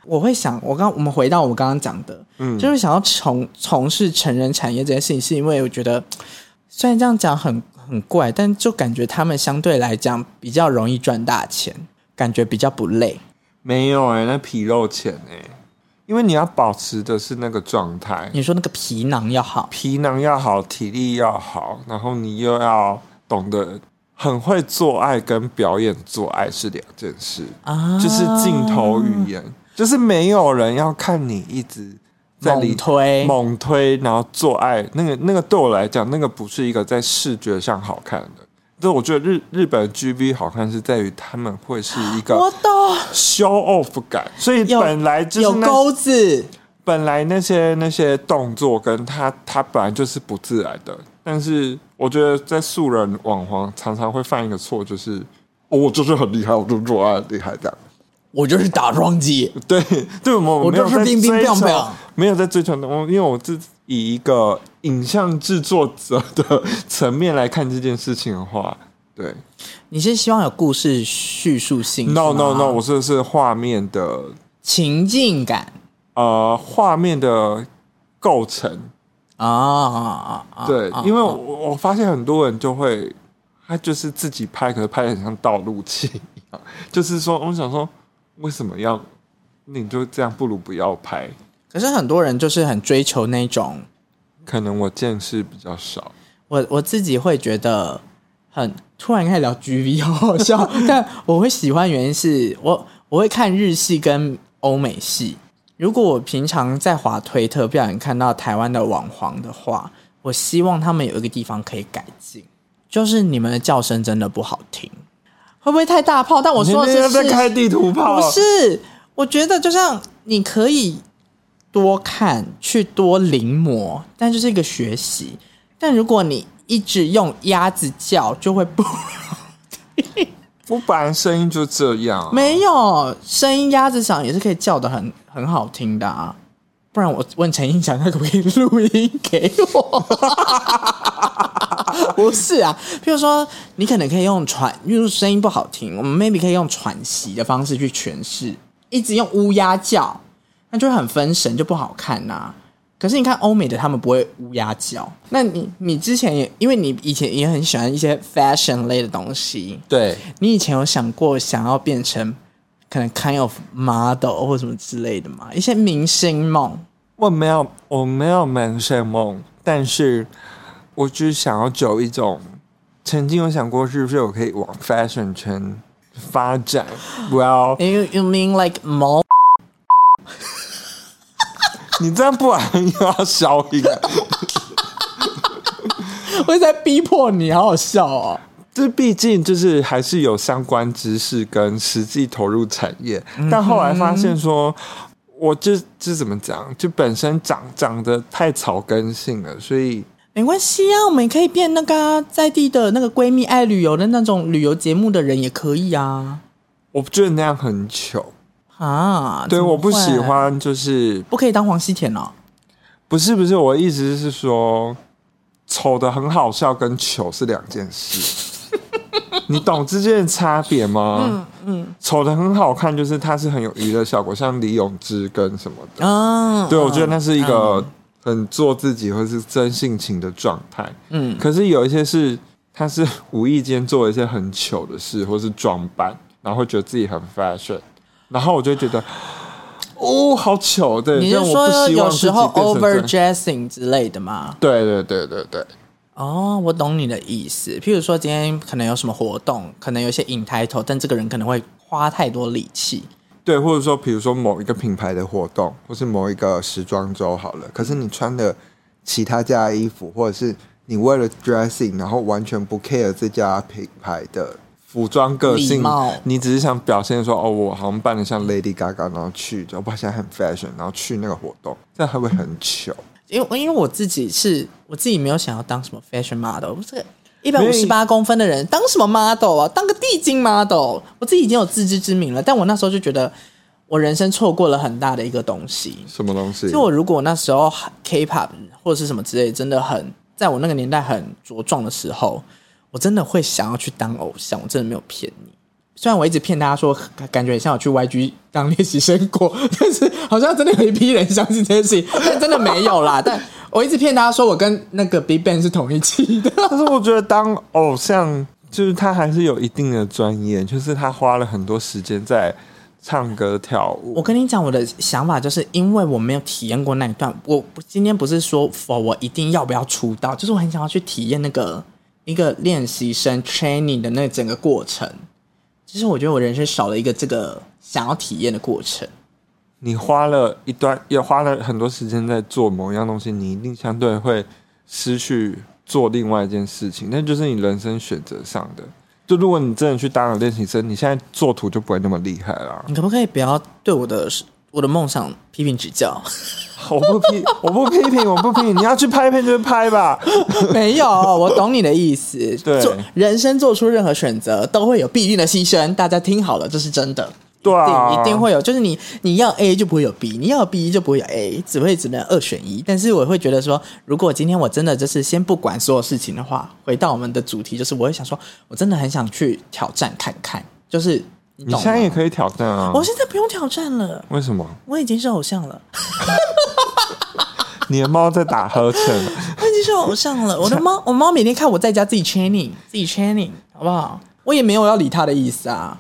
Speaker 2: 我会想，我刚我们回到我刚刚讲的，嗯，就是想要从从事成人产业这件事情，是因为我觉得虽然这样讲很很怪，但就感觉他们相对来讲比较容易赚大钱，感觉比较不累。
Speaker 1: 没有哎、那皮肉浅哎、因为你要保持的是那个状态，
Speaker 2: 你说那个皮囊要好，
Speaker 1: 皮囊要好，体力要好，然后你又要懂得很会做爱跟表演做爱是两件事
Speaker 2: 啊
Speaker 1: 就是镜头语言，就是没有人要看你一直。在里
Speaker 2: 猛推
Speaker 1: 猛推，然后做爱，那个那个对我来讲，那个不是一个在视觉上好看的。但我觉得日日本 G V 好看是在于他们会是一个
Speaker 2: 我懂，
Speaker 1: show off 感，所以
Speaker 2: 有
Speaker 1: 本来就
Speaker 2: 有
Speaker 1: 是那
Speaker 2: 钩子，
Speaker 1: 本来那些那些动作跟他他本来就是不自然的，但是我觉得在素人网黄常常会犯一个错，就是、哦、我就是很厉害，我就是做爱很厉害这样。
Speaker 2: 我就是打桩机，
Speaker 1: 对， 对我们我
Speaker 2: 我
Speaker 1: 没有
Speaker 2: 就是
Speaker 1: 在
Speaker 2: 冰
Speaker 1: 追
Speaker 2: 冰
Speaker 1: 求
Speaker 2: 冰冰，
Speaker 1: 没有在追求，我因为我自以一个影像制作者的层面来看这件事情的话，对
Speaker 2: 你是希望有故事叙述性是
Speaker 1: ，no
Speaker 2: 吗
Speaker 1: no no，我说的是画面的
Speaker 2: 情境感
Speaker 1: 呃画面的构成，
Speaker 2: 啊啊啊！啊
Speaker 1: 对
Speaker 2: 啊，
Speaker 1: 因为我我发现很多人就会，他就是自己拍，可是拍的很像道路器一样。就是说，我想说，为什么要你就这样？不如不要拍。
Speaker 2: 可是很多人就是很追求那种，
Speaker 1: 可能我见识比较少，
Speaker 2: 我我自己会觉得很突然开始聊 G V，好 好笑。但我会喜欢原因是我我会看日系跟欧美系。如果我平常在滑推特，不小心看到台湾的网黄的话，我希望他们有一个地方可以改进。就是你们的叫声真的不好听，会不会太大炮？但我说的
Speaker 1: 你
Speaker 2: 是
Speaker 1: 那边
Speaker 2: 事
Speaker 1: 在开地图炮，啊
Speaker 2: 不是，我觉得就像你可以多看，去多临摹，但就是一个学习。但如果你一直用鸭子叫，就会不
Speaker 1: 我本来声音就这样啊，
Speaker 2: 没有声音，鸭子响也是可以叫的很很好听的啊。不然我问陈英强，他可不可以录音给我？ 不是啊，譬如说，你可能可以用喘，因为声音不好听，我们 maybe 可以用喘息的方式去诠释，一直用乌鸦叫，那就会很分神，就不好看呐、可是你看欧美的，他们不会乌鸦叫。那你你之前也因为你以前也很喜欢一些 fashion 类的东西，
Speaker 1: 对，
Speaker 2: 你以前有想过想要变成可能 kind of model 或什么之类的吗？一些明星梦，
Speaker 1: 我没有，我没有门神梦，但是我只想要走一种，曾经有想过是不是我可以往 fashion 圈发展。Well，
Speaker 2: you you mean like 某
Speaker 1: 你这样不然又要消音了，
Speaker 2: 我一直在逼迫你，好好笑哦。
Speaker 1: 这毕竟就是还是有相关知识跟实际投入产业，但后来发现说。我这这怎么讲？就本身长长得太草根性了，所以
Speaker 2: 没关系啊，我们也可以变那个啊、在地的那个闺蜜爱旅游的那种旅游节目的人也可以啊。
Speaker 1: 我觉得那样很糗。
Speaker 2: 啊，
Speaker 1: 对，
Speaker 2: 怎么
Speaker 1: 我不喜
Speaker 2: 会，
Speaker 1: 欢就是
Speaker 2: 不可以当黄西田哦。
Speaker 1: 不是不是，我的意思是说，丑的很好笑跟糗是两件事， 你懂之间的差别吗？嗯嗯，丑的很好看，就是它是很有娱乐效果，像李永芝跟什么的。
Speaker 2: 嗯，
Speaker 1: 对，我觉得那是一个很做自己或是真性情的状态。
Speaker 2: 嗯，
Speaker 1: 可是有一些是，他是无意间做一些很糗的事，或是装扮，然后会觉得自己很 fashion，然后我就会觉得， 哦，好糗，对，
Speaker 2: 你
Speaker 1: 但
Speaker 2: 是
Speaker 1: 我不
Speaker 2: 说
Speaker 1: 希望
Speaker 2: 有
Speaker 1: 自己
Speaker 2: 时候
Speaker 1: 变成这样
Speaker 2: overdressing 之类的吗？
Speaker 1: 对对对对对，
Speaker 2: 哦，我懂你的意思。譬如说，今天可能有什么活动，可能有一些引抬头，但这个人可能会花太多力气。
Speaker 1: 对，或者说，比如说某一个品牌的活动，或是某一个时装周好了，可是你穿的其他家的衣服，或者是你为了 dressing，然后完全不 care 这家品牌的服装个
Speaker 2: 礼
Speaker 1: 性
Speaker 2: 貌，
Speaker 1: 你只是想表现说，哦，我好像扮的像 Lady Gaga，然后去，然后我现在很 fashion，然后去那个活动，这样会不会很糗？
Speaker 2: 因为因为我自己是我自己没有想要当什么 fashion model，我这个一百五十八公分的人当什么 model 啊？当个地精 model，我自己已经有自知之明了。但我那时候就觉得，我人生错过了很大的一个东西。
Speaker 1: 什么东西？
Speaker 2: 就我如果那时候 K-pop 或者是什么之类，真的很在我那个年代很茁壮的时候，我真的会想要去当偶像，我真的没有骗你。虽然我一直骗大家说感觉很像我去 YG 当练习生过， 但是好像真的有一批人相信这件事情，但真的没有啦。但我一直骗大家说我跟那个 Big Bang 是同一期的，
Speaker 1: 但是我觉得当偶像，就是他还是有一定的专业，就是他花了很多时间在唱歌跳舞。
Speaker 2: 我跟你讲，我的想法就是因为我没有体验过那一段，我不今天不是说否我一定要不要出道，就是我很想要去体验那个一个练习生 training 的那整个过程。就是我觉得我人生少了一个这个想要体验的过程。
Speaker 1: 你花了一段，也花了很多时间在做某样东西，你一定相对会失去做另外一件事情，那就是你人生选择上的。就如果你真的去当了练习生，你现在做图就不会那么厉害啦。
Speaker 2: 你可不可以不要对我的我的梦想批评指教？
Speaker 1: 我不批，我不批评，我不批评。你要去拍片就拍吧。
Speaker 2: 没有，我懂你的意思。
Speaker 1: 对
Speaker 2: 做人生做出任何选择都会有必定的牺牲，大家听好了，这是真的。
Speaker 1: 对啊
Speaker 2: 一定一定会有，就是你你要 A 就不会有 B，你要 B 就不会有 A，只会只能二选一。但是我会觉得说，如果今天我真的就是先不管所有事情的话，回到我们的主题，就是我会想说，我真的很想去挑战看看，就是你
Speaker 1: 你
Speaker 2: 懂
Speaker 1: 现在也
Speaker 2: 吗？
Speaker 1: 可以挑战啊。
Speaker 2: 我现在不用挑战了，
Speaker 1: 为什么？
Speaker 2: 我已经是偶像了，
Speaker 1: 你的猫在打呵欠。
Speaker 2: 我已经是偶像了。我的猫，我猫每天看我在家自己 training，自己 training，好不好？我也没有要理它的意思啊。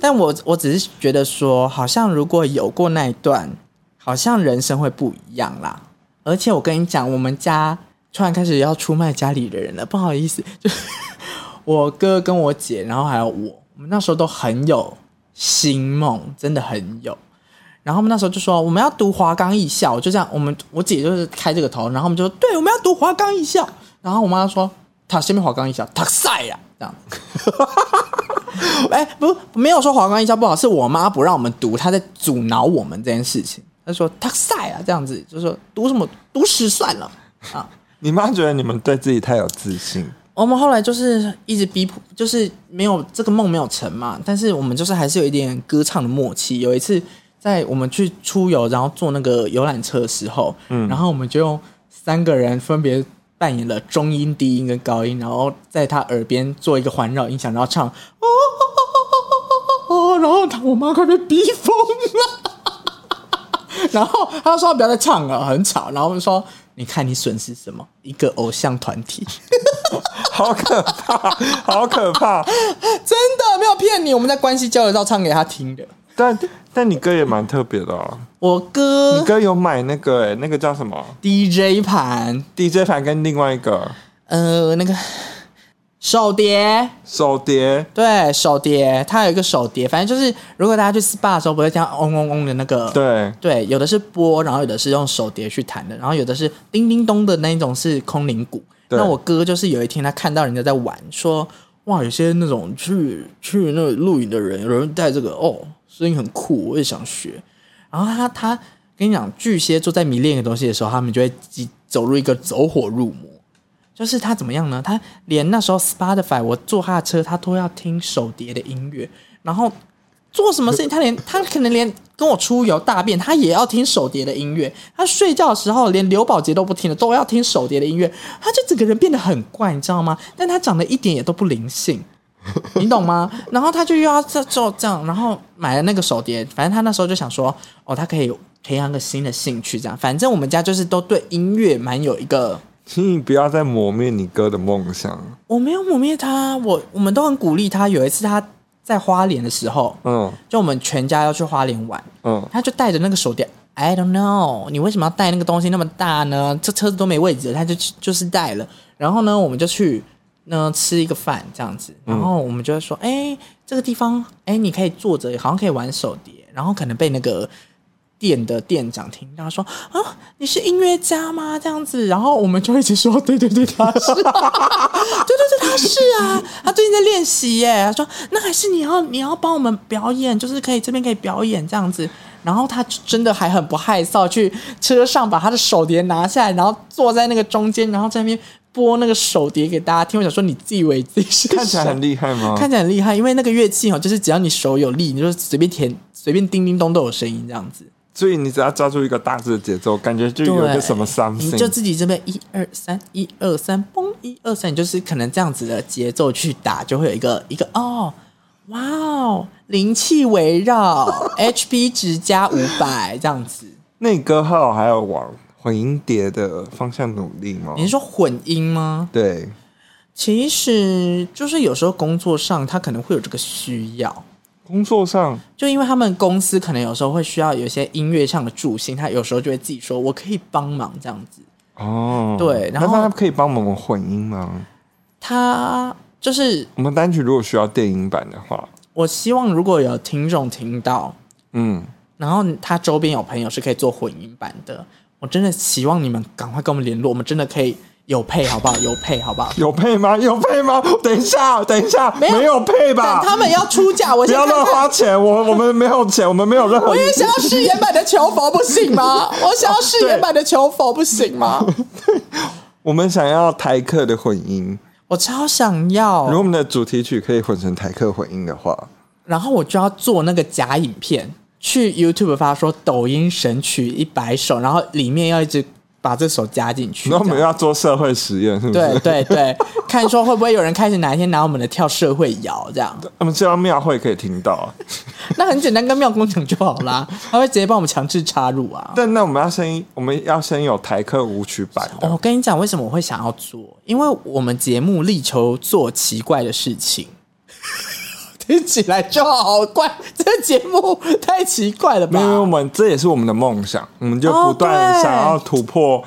Speaker 2: 但我我只是觉得说，好像如果有过那一段，好像人生会不一样啦。而且我跟你讲，我们家突然开始要出卖家里的人了，不好意思，就是 我哥跟我姐，然后还有我，我们那时候都很有星梦，真的很有。然后我们那时候就说我们要读华冈艺校，就这样，我们我姐就是开这个头，然后我们就说对，我们要读华冈艺校。然后我妈说他下面华冈一校，他晒呀，这样。 哎、不，没有说华冈一校不好，是我妈不让我们读，她在阻挠我们这件事情。她说他晒啊，这样子，就说读什么读史算了啊。
Speaker 1: 你妈觉得你们对自己太有自信，
Speaker 2: 我们后来就是一直逼迫，就是没有这个梦没有成嘛，但是我们就是还是有一点歌唱的默契。有一次在我们去出游，然后坐那个游览车的时候，嗯，然后我们就用三个人分别扮演了中音、低音跟高音，然后在他耳边做一个环绕音响，然后唱哦哦哦哦哦哦，然后他我妈快被逼疯了。然后他说不要再唱了，很吵。然后我们说，你看你损失什么？一个偶像团体。
Speaker 1: 好可怕，好可怕。
Speaker 2: 真的没有骗你，我们在关系交流道唱给他听的。
Speaker 1: 但但你哥也蛮特别的哦，
Speaker 2: 我
Speaker 1: 你
Speaker 2: 哥
Speaker 1: 哥有买那个、欸、那个叫什么
Speaker 2: DJ 盘，
Speaker 1: DJ 盘跟另外一个
Speaker 2: 呃，那个手碟，
Speaker 1: 手碟，
Speaker 2: 对手碟，它有一个手碟，反正就是如果大家去 SPA 的时候，不会这样嗡嗡嗡的那个，
Speaker 1: 对，
Speaker 2: 对，有的是拨，然后有的是用手碟去弹的，然后有的是叮叮咚的那一种是空灵鼓。
Speaker 1: 对
Speaker 2: 那我哥就是有一天他看到人家在玩，说哇，有些那种去去那露营的人，有人带这个哦，声音很酷，我也想学。然后他他跟你讲，巨蟹座在迷恋一个东西的时候，他们就会走走入一个走火入魔。就是他怎么样呢？他连那时候 Spotify 我坐他的车，他都要听手碟的音乐，然后做什么事情，他连他可能连跟我出游大便，他也要听手碟的音乐。他睡觉的时候连刘宝杰都不听了，都要听手碟的音乐。他就整个人变得很怪，你知道吗？但他长得一点也都不灵性，你懂吗？然后他就又要这就这样，然后买了那个手碟，反正他那时候就想说，哦，他可以培养个新的兴趣，这样。反正我们家就是都对音乐蛮有一个。
Speaker 1: 请你不要再磨灭你哥的梦想。
Speaker 2: 我没有抹灭他，我我们都很鼓励他。有一次他在花莲的时候，
Speaker 1: 嗯
Speaker 2: 就我们全家要去花莲玩，
Speaker 1: 嗯，
Speaker 2: 他就带着那个手电，I don't know，你为什么要带那个东西那么大呢？这车子都没位置了，他就就是带了。然后呢，我们就去呢吃一个饭这样子，然后我们就会说，哎、这个地方，哎，你可以坐着，好像可以玩手碟，然后可能被那个。店的店长听到说啊，你是音乐家吗？这样子，然后我们就一直说，对对对，他是， 对对对，他是啊， 他最近在练习耶。他说那还是你要你要帮我们表演，就是可以这边可以表演这样子。然后他真的还很不害臊，去车上把他的手碟拿下来，然后坐在那个中间，然后在那边拨那个手碟给大家听。我想说，你自以为自己 是
Speaker 1: 看起来
Speaker 2: 谁
Speaker 1: 很厉害吗？
Speaker 2: 看起来很厉害，因为那个乐器哦，就是只要你手有力，你就随便填，随便叮叮咚都有声音这样子。
Speaker 1: 所以你只要抓住一个大致的节奏，感觉就
Speaker 2: 对，
Speaker 1: 有一个什么
Speaker 2: 你就
Speaker 1: something。
Speaker 2: 自己这边一二三一二三嘣一二三，你就是可能这样子的节奏去打，就会有一个一个哦，哇哦，灵气围绕 ，HP 值加五百这样子。
Speaker 1: 那你哥后来还有往混音碟的方向努力吗
Speaker 2: 你？是说混音吗？
Speaker 1: 对，
Speaker 2: 其实就是有时候工作上他可能会有这个需要，
Speaker 1: 工作上
Speaker 2: 就因为他们公司可能有时候会需要有一些音乐上的助兴，他有时候就会自己说我可以帮忙这样子。
Speaker 1: 哦，
Speaker 2: 对然后
Speaker 1: 那他可以帮我们混音吗？
Speaker 2: 他就是
Speaker 1: 我们单曲如果需要电音版的话，
Speaker 2: 我希望如果有听众听到，
Speaker 1: 嗯，
Speaker 2: 然后他周边有朋友是可以做混音版的，我真的希望你们赶快跟我们联络，我们真的可以有配好不好？有配好不好？
Speaker 1: 有配吗？有配吗？等一下，等一下，
Speaker 2: 没有
Speaker 1: 没有配吧
Speaker 2: 但？他们要出价，我
Speaker 1: 不
Speaker 2: 先
Speaker 1: 要
Speaker 2: 看
Speaker 1: 乱
Speaker 2: 看。
Speaker 1: 花钱，我我们没有钱，我们没有任何
Speaker 2: 我。也想要誓言版的求佛，不行吗？我想要誓言版的求佛，不行吗？
Speaker 1: 我们想要台客的混音，
Speaker 2: 我超想
Speaker 1: 如果
Speaker 2: 要
Speaker 1: 我，们的主题曲可以混成台客混音的话，
Speaker 2: 然后我就要做那个假影片，去 YouTube 发说抖音神曲一百首，然后里面要一直把这首加进去。
Speaker 1: 那我们
Speaker 2: 这样
Speaker 1: 要做社会实验，是不是？
Speaker 2: 对对对，看说会不会有人开始哪一天拿我们的跳社会摇这样，
Speaker 1: 我们希望庙会可以听 到，啊
Speaker 2: 那很简单，跟妙公讲就好 啦，他会直接帮我们强制插入啊。
Speaker 1: 但那我们要先，我们要先有台客舞曲版的。
Speaker 2: 哦我跟你讲，为什么我会想要做？因为我们节目力求做奇怪的事情， 听起来就好怪。这个节目太奇怪了吧？
Speaker 1: 没有，没有我们这也是我们的梦想，我们就
Speaker 2: 哦
Speaker 1: 不断
Speaker 2: 对
Speaker 1: 想要突破，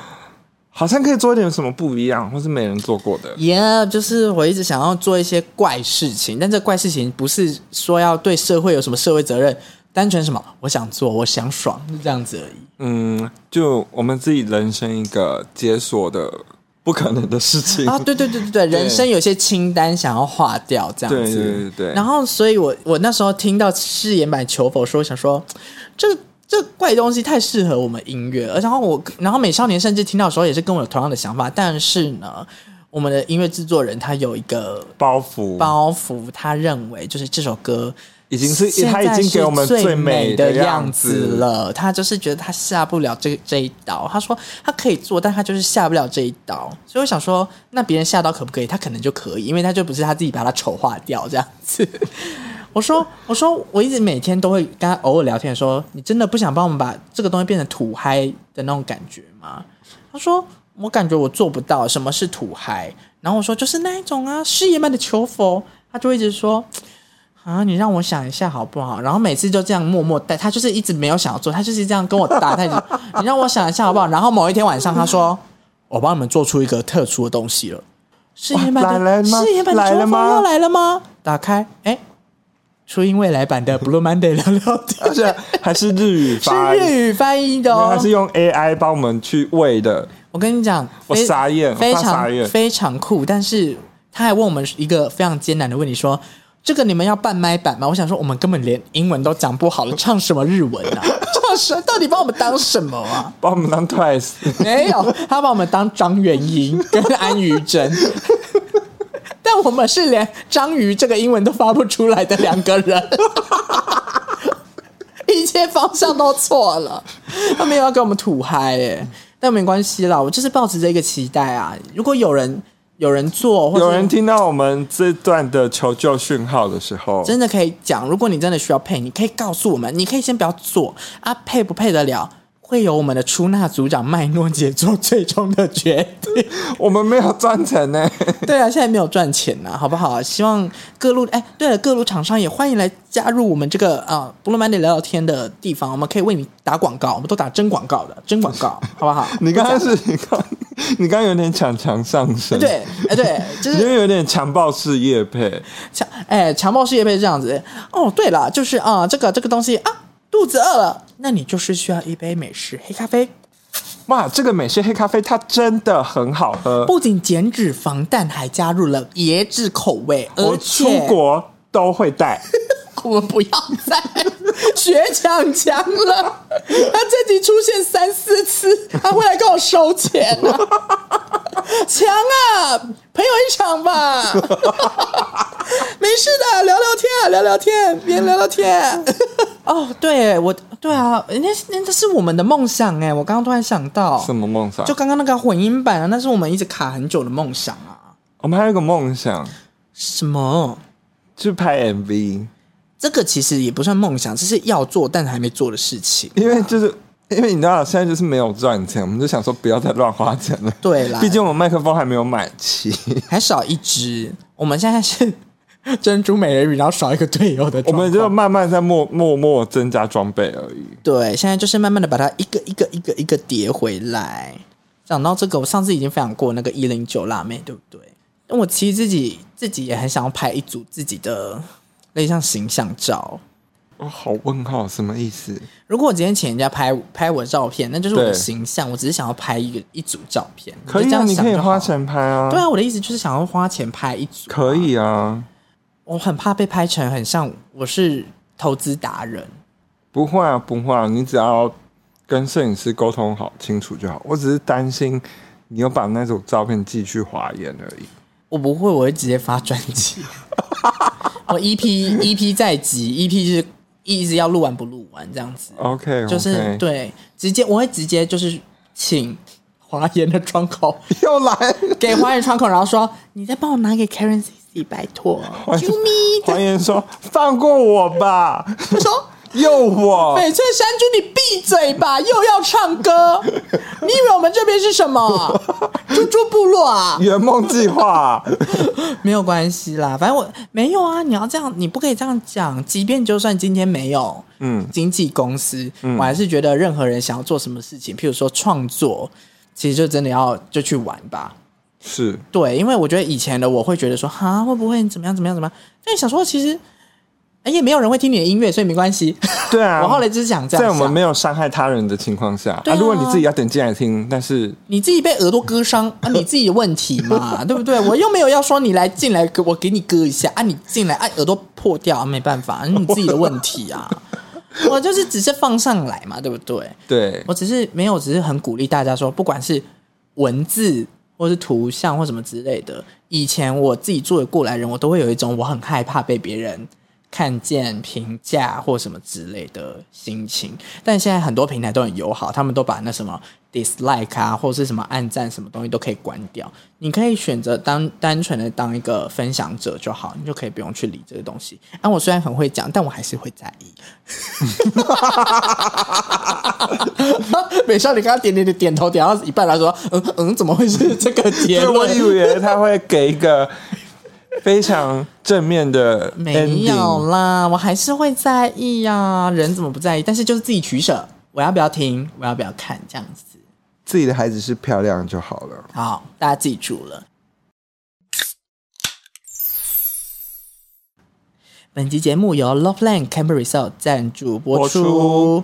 Speaker 1: 好像可以做一点什么不一样，或是没人做过的。
Speaker 2: Yeah，就是我一直想要做一些怪事情，但这怪事情不是说要对社会有什么社会责任，单纯什么我想做，我想爽，就这样子而已。
Speaker 1: 嗯，就我们自己人生一个解锁的不可能的事情
Speaker 2: 啊，对对对对对，人生有些清单想要划掉这样
Speaker 1: 对
Speaker 2: 子。
Speaker 1: 对对对
Speaker 2: 然后，所以我我那时候听到誓言版求否说，我想说这这怪东西太适合我们音乐，而然后我然后美少年甚至听到的时候也是跟我有同样的想法，但是呢，我们的音乐制作人他有一个
Speaker 1: 包袱
Speaker 2: 包袱，他认为就是这首歌。
Speaker 1: 已经是
Speaker 2: 现在
Speaker 1: 他已经给我们
Speaker 2: 是最
Speaker 1: 美
Speaker 2: 的
Speaker 1: 样
Speaker 2: 子。了。他就是觉得他下不了这这一刀。他说他可以做，但他就是下不了这一刀。所以我想说，那别人下刀可不可以？他可能就可以，因为他就不是他自己把它丑化掉这样子。 我说，我说，我一直每天都会跟他偶尔聊天说，你真的不想帮我们把这个东西变成土嗨的那种感觉吗？他说我感觉我做不到，什么是土嗨？然后我说就是那一种啊，事业般的求佛。他就一直说啊，你让我想一下好不好？然后每次就这样默默带，他就是一直没有想要做，他就是这样跟我搭，他一直 你让我想一下好不好？然后某一天晚上，他说我帮你们做出一个特殊的东西了，事业
Speaker 1: 哇
Speaker 2: 版
Speaker 1: 来了
Speaker 2: 的
Speaker 1: 吗
Speaker 2: 事业版的
Speaker 1: 来
Speaker 2: 求
Speaker 1: 了
Speaker 2: 佛
Speaker 1: 吗
Speaker 2: 要来了吗？打开，哎，初音未来版的 Blue Monday 聊聊 天
Speaker 1: 而且还是日语发
Speaker 2: 是
Speaker 1: 音，
Speaker 2: 日语翻译的
Speaker 1: 因为
Speaker 2: 哦
Speaker 1: 它，是用 AI 帮我们去喂的。
Speaker 2: 我跟你讲，
Speaker 1: 我
Speaker 2: 非
Speaker 1: 傻眼
Speaker 2: 非
Speaker 1: 我大傻
Speaker 2: 常
Speaker 1: 眼
Speaker 2: 非常酷。但是他还问我们一个非常艰难的问题，说：“这个你们要半麦版吗？”我想说，我们根本连英文都讲不好了，唱什么日文啊？ 唱什到底把我们当什么啊？
Speaker 1: 把我们当 Twice，
Speaker 2: 没有，他把我们当张元英跟安于真。 但我们是连章鱼这个英文都发不出来的两个人， 一切方向都错了。他没有要给我们土嗨耶、但没关系啦，我就是抱持着一个期待啊。如果有人有人做，或者
Speaker 1: 有人听到我们这段的求救讯号的时候，
Speaker 2: 真的可以讲，如果你真的需要配，你可以告诉我们，你可以先不要做啊，配不配得了，会有我们的出纳组长麦诺姐做最终的决定。
Speaker 1: 我们没有赚钱 呢。
Speaker 2: 对啊，现在没有赚钱呐、好不好？希望各路哎，对了，各路厂商也欢迎来加入我们这个啊，不论 Monday 聊聊天的地方，我们可以为你打广告，我们都打真广告的，真广告，好不好？
Speaker 1: 你刚刚是你刚你刚刚有点强强上升，，
Speaker 2: 对，哎对，就
Speaker 1: 因
Speaker 2: 是
Speaker 1: 为有点强暴式业配，
Speaker 2: 强哎强暴事业被这样子。哦，对了，就是啊、这个这个东西啊，肚子饿了，那你就是需要一杯美式黑咖啡，
Speaker 1: 哇，这个美式黑咖啡它真的很好喝，
Speaker 2: 不仅减脂防弹，还加入了椰汁口味，而
Speaker 1: 我
Speaker 2: 且
Speaker 1: 出国都会带。
Speaker 2: 我们不要再 学抢强了。他这集出现三四次，他会来跟我收钱啊！强啊，朋友一场吧。没事的，聊聊天啊，聊聊天，别聊聊天。哦，对，我对啊，那那这是我们的梦想哎，我刚刚突然想到，
Speaker 1: 什么梦想？
Speaker 2: 就刚刚那个混音版啊，那是我们一直卡很久的梦想啊。
Speaker 1: 我们还有一个梦想，
Speaker 2: 什么？
Speaker 1: 去拍 MV，
Speaker 2: 这个其实也不算梦想，这是要做但还没做的事情。
Speaker 1: 因为就是。因为你知道，现在就是没有赚钱，我们就想说不要再乱花钱了。
Speaker 2: 对啦
Speaker 1: 毕竟我们麦克风还没有买齐。
Speaker 2: 还少一只。我们现在是珍珠美人鱼，然后少一个队友的
Speaker 1: 我
Speaker 2: 状况。
Speaker 1: 们就慢慢在默默默增加装备而已。
Speaker 2: 对，现在就是慢慢的把它一个一个一个一个叠回来。讲到这个，我上次已经分享过那个一零九辣妹，对不对？那我其实自己自己也很想要拍一组自己的类似像形象照。
Speaker 1: 我哦好问号，什么意思？
Speaker 2: 如果我今天请人家拍拍我的照片，那就是我的
Speaker 1: 对
Speaker 2: 形象。我只是想要拍一个一组照片，
Speaker 1: 可
Speaker 2: 就
Speaker 1: 以
Speaker 2: 这
Speaker 1: 啊，
Speaker 2: 样
Speaker 1: 你
Speaker 2: 想
Speaker 1: 可以
Speaker 2: 就好
Speaker 1: 花。钱拍啊。
Speaker 2: 对啊，我的意思就是想要花钱拍一组。
Speaker 1: 可以啊，
Speaker 2: 我很怕被拍成很像我是投资达人。
Speaker 1: 不会啊，不会啊，你只要跟摄影师沟通好清楚就好。我只是担心你又把那种照片寄去华研而已。
Speaker 2: 我不会，我会直接发专辑。 我 E EP EP 在即，EP ，E 就是一直要录完不录完这样子，
Speaker 1: OK，
Speaker 2: 就是
Speaker 1: 哦 OK
Speaker 2: 对，直接我会直接就是请华研的窗口
Speaker 1: 又来。
Speaker 2: 给华研窗口，然后说你再帮我拿给 Karen CC，拜托，救命！
Speaker 1: 华研说：“放过我吧，
Speaker 2: 他说。
Speaker 1: 诱我。
Speaker 2: 翡翠山猪，你闭嘴吧！又要唱歌，你以为我们这边是什么猪猪部落啊”？
Speaker 1: 圆梦计划，
Speaker 2: 没有关系啦，反正我没有啊。你要这样，你不可以这样讲。即便就算今天没有，嗯
Speaker 1: 嗯，
Speaker 2: 经纪公司，我还是觉得任何人想要做什么事情，譬如说创作，其实就真的要就去玩吧。
Speaker 1: 是
Speaker 2: 对，因为我觉得以前的我会觉得说，哈，会不会怎么样怎么样怎么样？但想说，其实哎，也没有人会听你的音乐，所以没关系。
Speaker 1: 对啊，
Speaker 2: 我后来就是想这样
Speaker 1: 在
Speaker 2: 想，
Speaker 1: 我们没有伤害他人的情况下，
Speaker 2: 对啊
Speaker 1: 如果你自己要点进来听，但是
Speaker 2: 你自己被耳朵割伤，啊，你自己的问题嘛，对不对？我又没有要说你来进来，我给你割一下啊，你进来啊，耳朵破掉啊，没办法，你自己的问题啊。我就是只是放上来嘛，对不对？
Speaker 1: 对
Speaker 2: 我只是没有，只是很鼓励大家说，不管是文字或是图像或什么之类的，以前我自己作为过来人，我都会有一种我很害怕被别人看见、评价或什么之类的心情。但现在很多平台都很友好，他们都把那什么 dislike 啊，或是什么暗赞什么东西都可以关掉，你可以选择当单纯的当一个分享者就好，你就可以不用去理这个东西。啊，我虽然很会讲，但我还是会在意。 美少女刚刚点点点点头点到一半，他说：“嗯嗯，怎么会是这个结
Speaker 1: 对我以
Speaker 2: 论
Speaker 1: 为他会给一个非常正面的？”
Speaker 2: 没有
Speaker 1: ending，
Speaker 2: 啦，我还是会在意呀、人怎么不在意？但是就是自己取舍，我要不要听，我要不要看，这样子。
Speaker 4: 自己的孩子是漂亮就好了。
Speaker 2: 好，大家记住了。本集节目由 Loveland Camp Resort 赞助播出。
Speaker 1: 播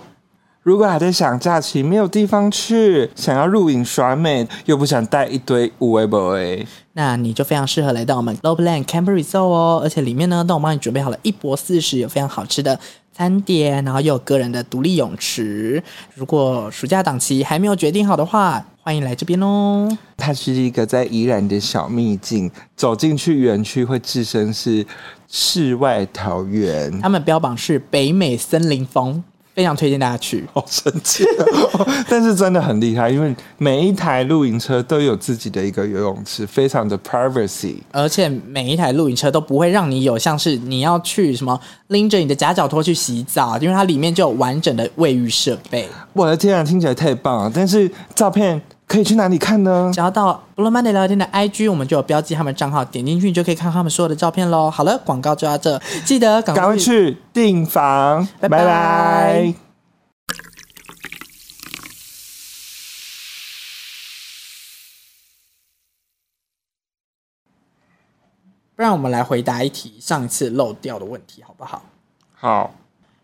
Speaker 1: 如果还在想假期没有地方去，想要露营耍美，又不想带一堆无为不为，
Speaker 2: 那你就非常适合来到我们 Loveland Camp Resort 哦，而且里面呢，都我帮你准备好了一博四十，有非常好吃的餐点，然后又有个人的独立泳池。如果暑假档期还没有决定好的话，欢迎来这边哦。
Speaker 1: 它是一个在宜兰的小秘境，走进去园区会置身是世外桃源。
Speaker 2: 他们标榜是北美森林风，非常推荐大家去。
Speaker 1: 好生气、哦， 但是真的很厉害，因为每一台露营车都有自己的一个游泳池，非常的 privacy。
Speaker 2: 而且每一台露营车都不会让你有像是你要去什么拎着你的夹脚拖去洗澡，因为它里面就有完整的卫浴设备。
Speaker 1: 我的天啊，听起来太棒了！但是照片可以去哪里看呢？
Speaker 2: 只要到 Blue Monday 聊天的 IG，我们就有标记他们账号，点进去你就可以看他们所有的照片喽。好了，广告就到这，记得赶
Speaker 1: 赶快
Speaker 2: 快。
Speaker 1: 去订房，
Speaker 2: 拜拜
Speaker 1: 拜拜
Speaker 2: 不然我们来回答一题上一次漏掉的问题，好不好？
Speaker 1: 好，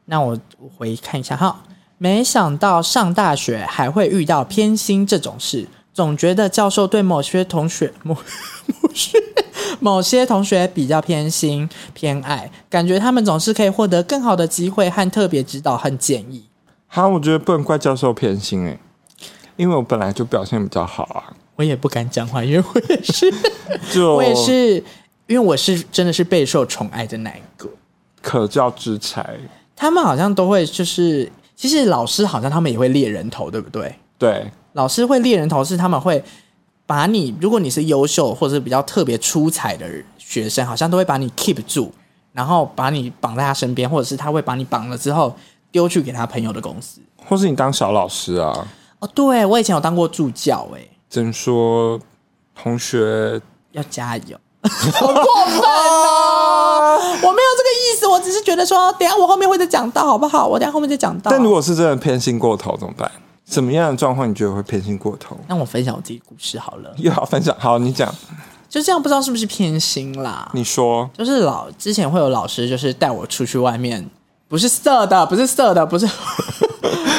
Speaker 2: 那我回看一下哈。没想到上大学还会遇到偏心这种事，总觉得教授对某些同学 某某些某些同学比较偏心偏爱，感觉他们总是可以获得更好的机会和特别指导和建议。
Speaker 1: 好，我觉得不能怪教授偏心哎、因为我本来就表现比较好啊，
Speaker 2: 我也不敢讲话，因为我也是，
Speaker 1: 就
Speaker 2: 我也是，因为我是真的是备受宠爱的那一个。
Speaker 1: 可教之才。
Speaker 2: 他们好像都会就是，其实老师好像他们也会猎人头，对不对？
Speaker 1: 对，
Speaker 2: 老师会猎人头是他们会把你，如果你是优秀或者是比较特别出彩的学生，好像都会把你 keep 住，然后把你绑在他身边，或者是他会把你绑了之后丢去给他朋友的公司。
Speaker 1: 或是你当小老师啊，
Speaker 2: 哦，对我以前有当过助教、欸，
Speaker 1: 只能说同学
Speaker 2: 要加油。好过分哦！我没有这个意思，我只是觉得说，等一下我后面会再讲到，好不好？我等一下后面再讲到。
Speaker 1: 但如果是真的偏心过头怎么办？什么样的状况你觉得会偏心过头？
Speaker 2: 那我分享我自己的故事好了，
Speaker 1: 又要分享？好，你讲，
Speaker 2: 就这样，不知道是不是偏心啦？
Speaker 1: 你说，
Speaker 2: 就是老之前会有老师，就是带我出去外面，不是色的，不是色的，不是，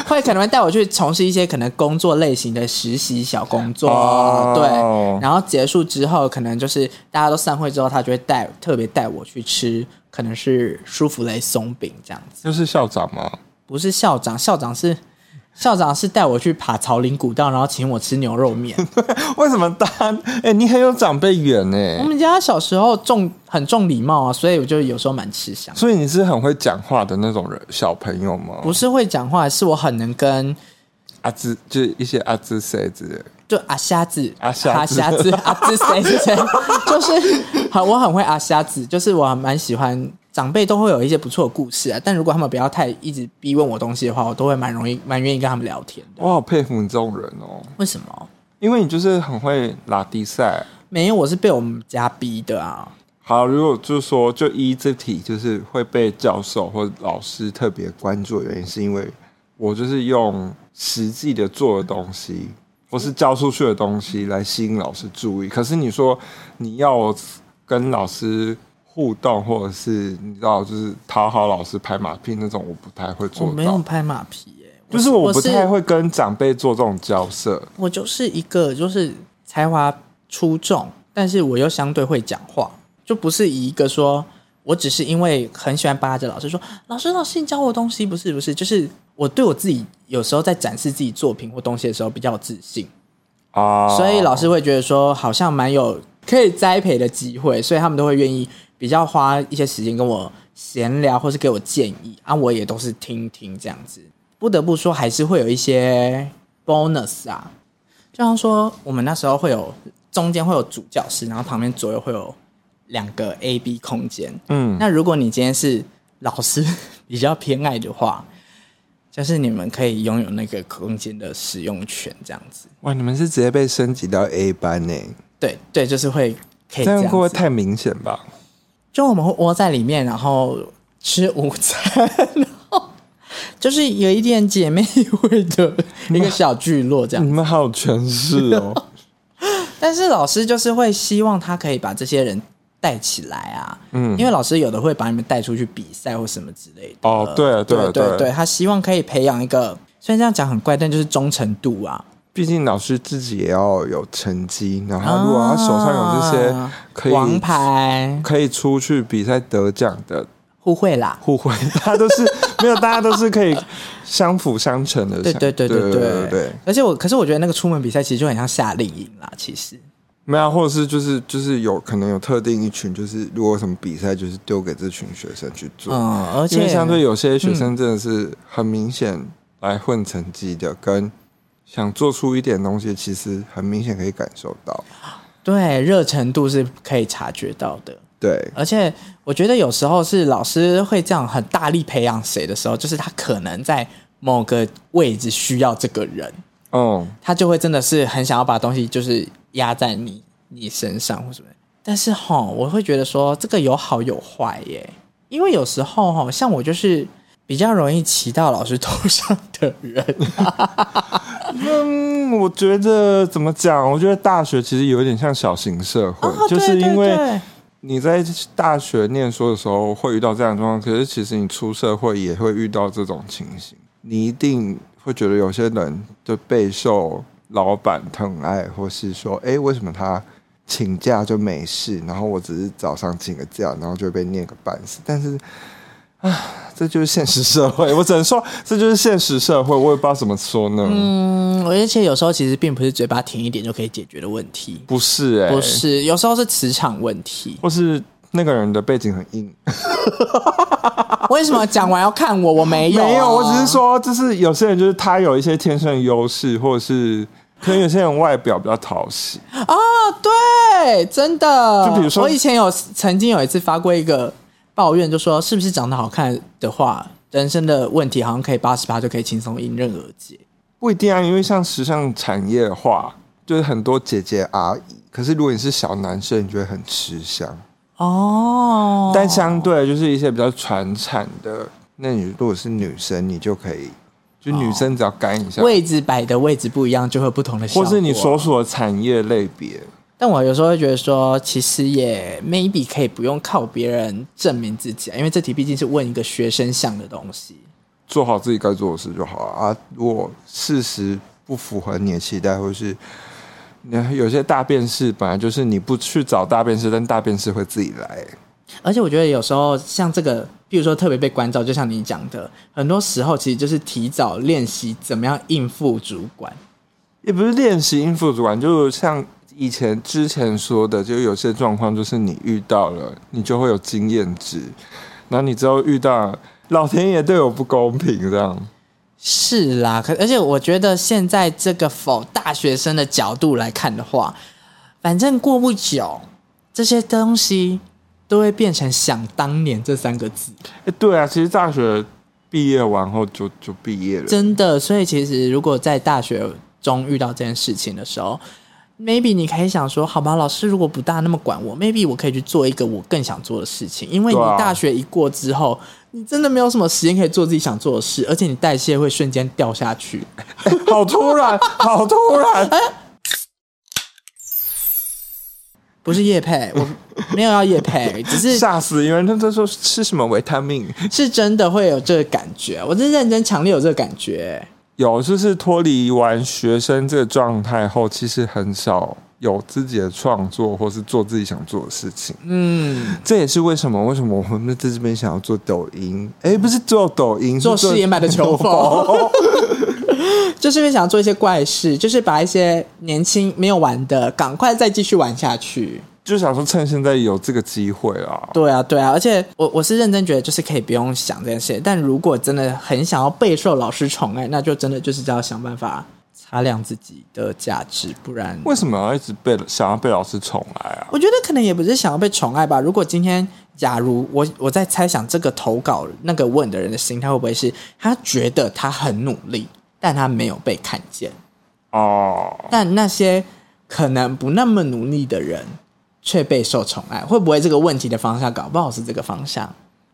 Speaker 2: 会可能会带我去从事一些可能工作类型的实习小工作，
Speaker 1: 哦
Speaker 2: 对。然后结束之后，可能就是大家都散会之后，他就会带特别带我去吃，可能是舒芙蕾松饼这样子。
Speaker 1: 就是校长吗？
Speaker 2: 不是校长，校长是校长是带我去爬草林古道，然后请我吃牛肉面。
Speaker 1: 为什么大家？哎、你很有长辈缘
Speaker 2: 我
Speaker 1: 哎，
Speaker 2: 们家小时候重很重礼貌啊，所以我就有时候蛮吃香。
Speaker 1: 所以你是很会讲话的那种人小朋友吗？
Speaker 2: 不是会讲话，是我很能跟
Speaker 1: 阿兹，就是一些阿兹谁之类的。
Speaker 2: 就阿瞎子、
Speaker 1: 阿瞎子
Speaker 2: 阿瞎子、阿 子谁是谁，就是很我很会阿瞎子，就是我还蛮喜欢长辈都会有一些不错的故事啊，但如果他们不要太一直逼问我东西的话，我都会蛮容易蛮愿意跟他们聊天的。
Speaker 1: 我好佩服你这种人哦，
Speaker 2: 为什么？
Speaker 1: 因为你就是很会拉低赛。
Speaker 2: 没有，我是被我们家逼的啊。
Speaker 1: 好，如果就是说，就依这题，就是会被教授或老师特别关注的原因，是因为我就是用实际的做的东西，或是教出去的东西来吸引老师注意。可是你说你要我跟老师互动，或者是你知道，就是讨好老师拍马屁那种，我不太会
Speaker 2: 我
Speaker 1: 做
Speaker 2: 没有
Speaker 1: 到。
Speaker 2: 拍马屁耶、
Speaker 1: 就是我不
Speaker 2: 是
Speaker 1: 太会跟长辈做这种交涉，
Speaker 2: 我就是一个就是才华出众，但是我又相对会讲话，就不是以一个说我只是因为很喜欢巴着老师说老师老师你教我东西，不是不是，就是我对我自己有时候在展示自己作品或东西的时候比较有自信，
Speaker 1: 啊，
Speaker 2: 所以老师会觉得说好像蛮有可以栽培的机会，所以他们都会愿意比较花一些时间跟我闲聊，或是给我建议啊，我也都是听听这样子。不得不说，还是会有一些 bonus 啊，就像说我们那时候会有中间会有主教室，然后旁边左右会有两个 A、B 空间。
Speaker 1: 嗯，
Speaker 2: 那如果你今天是老师比较偏爱的话，就是你们可以拥有那个空间的使用权，这样子。
Speaker 4: 哇，你们是直接被升级到 A 班欸呢、
Speaker 2: 对对，就是会可
Speaker 1: 这
Speaker 2: 以这
Speaker 1: 样
Speaker 2: 样
Speaker 1: 会不会
Speaker 2: 子
Speaker 1: 太明显吧？
Speaker 2: 就我们会窝在里面，然后吃午餐，然后 就是有一点姐妹会的一个小聚落这
Speaker 1: 你
Speaker 2: 样。
Speaker 1: 们好有诠释 哦，
Speaker 2: 但是老师就是会希望他可以把这些人带起来啊，嗯，因为老师有的会把你们带出去比赛或什么之类的。
Speaker 1: 哦对
Speaker 4: 啊
Speaker 1: 了对
Speaker 2: 对
Speaker 1: 了对了
Speaker 2: 对，他希望可以培养一个，虽然这样讲很怪，但就是忠诚度啊。
Speaker 4: 毕竟老师自己也要有成绩，然后如果他手上有这些
Speaker 2: 啊
Speaker 4: 可以、
Speaker 2: 王牌
Speaker 4: 可以出去比赛得奖的
Speaker 2: 互惠啦，
Speaker 1: 互惠，大家都是没有，大家都是可以相辅相成的。
Speaker 2: 对对对
Speaker 4: 对
Speaker 2: 对
Speaker 4: 对对对
Speaker 2: 而且我，可是我觉得那个出门比赛其实就很像夏令营啦，其实。
Speaker 4: 没有啊，或者是就是就是有可能有特定一群，就是如果有什么比赛，就是丢给这群学生去做。
Speaker 2: 嗯，而
Speaker 4: 因
Speaker 2: 且
Speaker 4: 为相对有些学生真的是很明显来混成绩的，跟想做出一点东西，其实很明显可以感受到。
Speaker 2: 对热程度是可以察觉到的。
Speaker 4: 对，
Speaker 2: 而且我觉得有时候是老师会这样很大力培养谁的时候，就是他可能在某个位置需要这个人，
Speaker 4: 嗯，
Speaker 2: 他就会真的是很想要把东西就是压在你你身上或什么。但是哈，我会觉得说这个有好有坏耶，因为有时候哈，像我就是比较容易骑到老师头上的人，
Speaker 1: 嗯，我觉得怎么讲？我觉得大学其实有点像小型社会，
Speaker 2: 哦
Speaker 1: 就是
Speaker 2: 对对
Speaker 1: 因为
Speaker 2: 对
Speaker 1: 你在大学念书的时候会遇到这样的状况，可是其实你出社会也会遇到这种情形。
Speaker 4: 你一定会觉得有些人就备受老板疼爱，或是说，哎、为什么他请假就没事，然后我只是早上请个假，然后就被念个半死。但是，啊，这就是现实社会，
Speaker 1: 对我只能说，这就是现实社会，我也不知道怎么说呢。
Speaker 2: 嗯，而且有时候其实并不是嘴巴甜一点就可以解决的问题，
Speaker 1: 不是哎、
Speaker 2: 不是，有时候是磁场问题。
Speaker 1: 或是那个人的背景很硬。
Speaker 2: 为什么讲完要看我？我没有 啊、
Speaker 1: 没有，我只是说，就是有些人就是他有一些天生的优势，或者是可能有些人外表比较讨喜。
Speaker 2: 啊，对，真的。
Speaker 1: 就比如说
Speaker 2: 我以前有曾经有一次发过一个抱怨，就说是不是长得好看的话，人生的问题好像可以八十八就可以轻松迎刃而解。
Speaker 1: 不一定啊，因为像时尚产业化，
Speaker 4: 就是很多姐姐阿姨。可是如果你是小男生，你就会很吃香。
Speaker 2: 哦，
Speaker 1: 但相对啊就是一些比较传产的，
Speaker 4: 那你如果是女生，你就可以，
Speaker 1: 就女生只要干一下，
Speaker 2: 位置摆的位置不一样，就会有不同的效
Speaker 1: 或
Speaker 2: 果。
Speaker 1: 是你所属的产业类别，
Speaker 2: 但我有时候会觉得说，其实也 maybe 可以不用靠别人证明自己啊，因为这题毕竟是问一个学生向的东西。
Speaker 4: 做好自己该做的事就好啊。啊如果事实不符合你的期待，或是
Speaker 1: 那呃有些大便士本来就是你不去找大便士，但大便士会自己来。
Speaker 2: 而且我觉得有时候像这个，比如说特别被关照，就像你讲的，很多时候其实就是提早练习怎么样应付主管。
Speaker 1: 也不是练习应付主管，就像以前之前说的，就有些状况就是你遇到了，你就会有经验值，然后你之后遇到老天爷对我不公平，这样
Speaker 2: 是啦，可而且我觉得现在这个否大学生的角度来看的话，反正过不久这些东西都会变成“想当年”这三个字。
Speaker 1: 哎，对啊，其实大学毕业完后就就毕业了，
Speaker 2: 真的，所以其实如果在大学中遇到这件事情的时候，maybe 你可以想说，好吧，老师如果不大那么管我，maybe 我可以去做一个我更想做的事情。因为你
Speaker 1: 对啊
Speaker 2: 大学一过之后，你真的没有什么时间可以做自己想做的事，而且你代谢会瞬间掉下去。
Speaker 1: 好突然，好突然。
Speaker 2: 不是叶 配，我没有要叶配，只是
Speaker 1: 吓死！有人他都说吃什么维他命，
Speaker 2: 是真的会有这个感觉，我是认真强烈有这个感觉。
Speaker 1: 有就是脱离完学生这个状态后，其实很少有自己的创作，或是做自己想做的事情。
Speaker 2: 嗯，
Speaker 1: 这也是为什么为什么我们在这边想要做抖音，哎，不是做抖音，
Speaker 2: 做
Speaker 1: 是做哦
Speaker 2: 饰 演版的球风，就是因为想做一些怪事，就是把一些年轻没有玩的，赶快再继续玩下去。
Speaker 1: 就想说趁现在有这个机会啦。
Speaker 2: 对啊，对啊，而且我我是认真觉得，就是可以不用想这件事。但如果真的很想要备受老师宠爱，那就真的就是要想办法擦亮自己的价值，不然
Speaker 1: 为什么要一直被想要被老师宠爱啊？
Speaker 2: 我觉得可能也不是想要被宠爱吧。如果今天，假如我我在猜想这个投稿那个问的人的心态会不会是，他觉得他很努力，但他没有被看见。
Speaker 1: 哦，
Speaker 2: 但那些可能不那么努力的人却备受宠爱，会不会这个问题的方向搞不好是这个方向？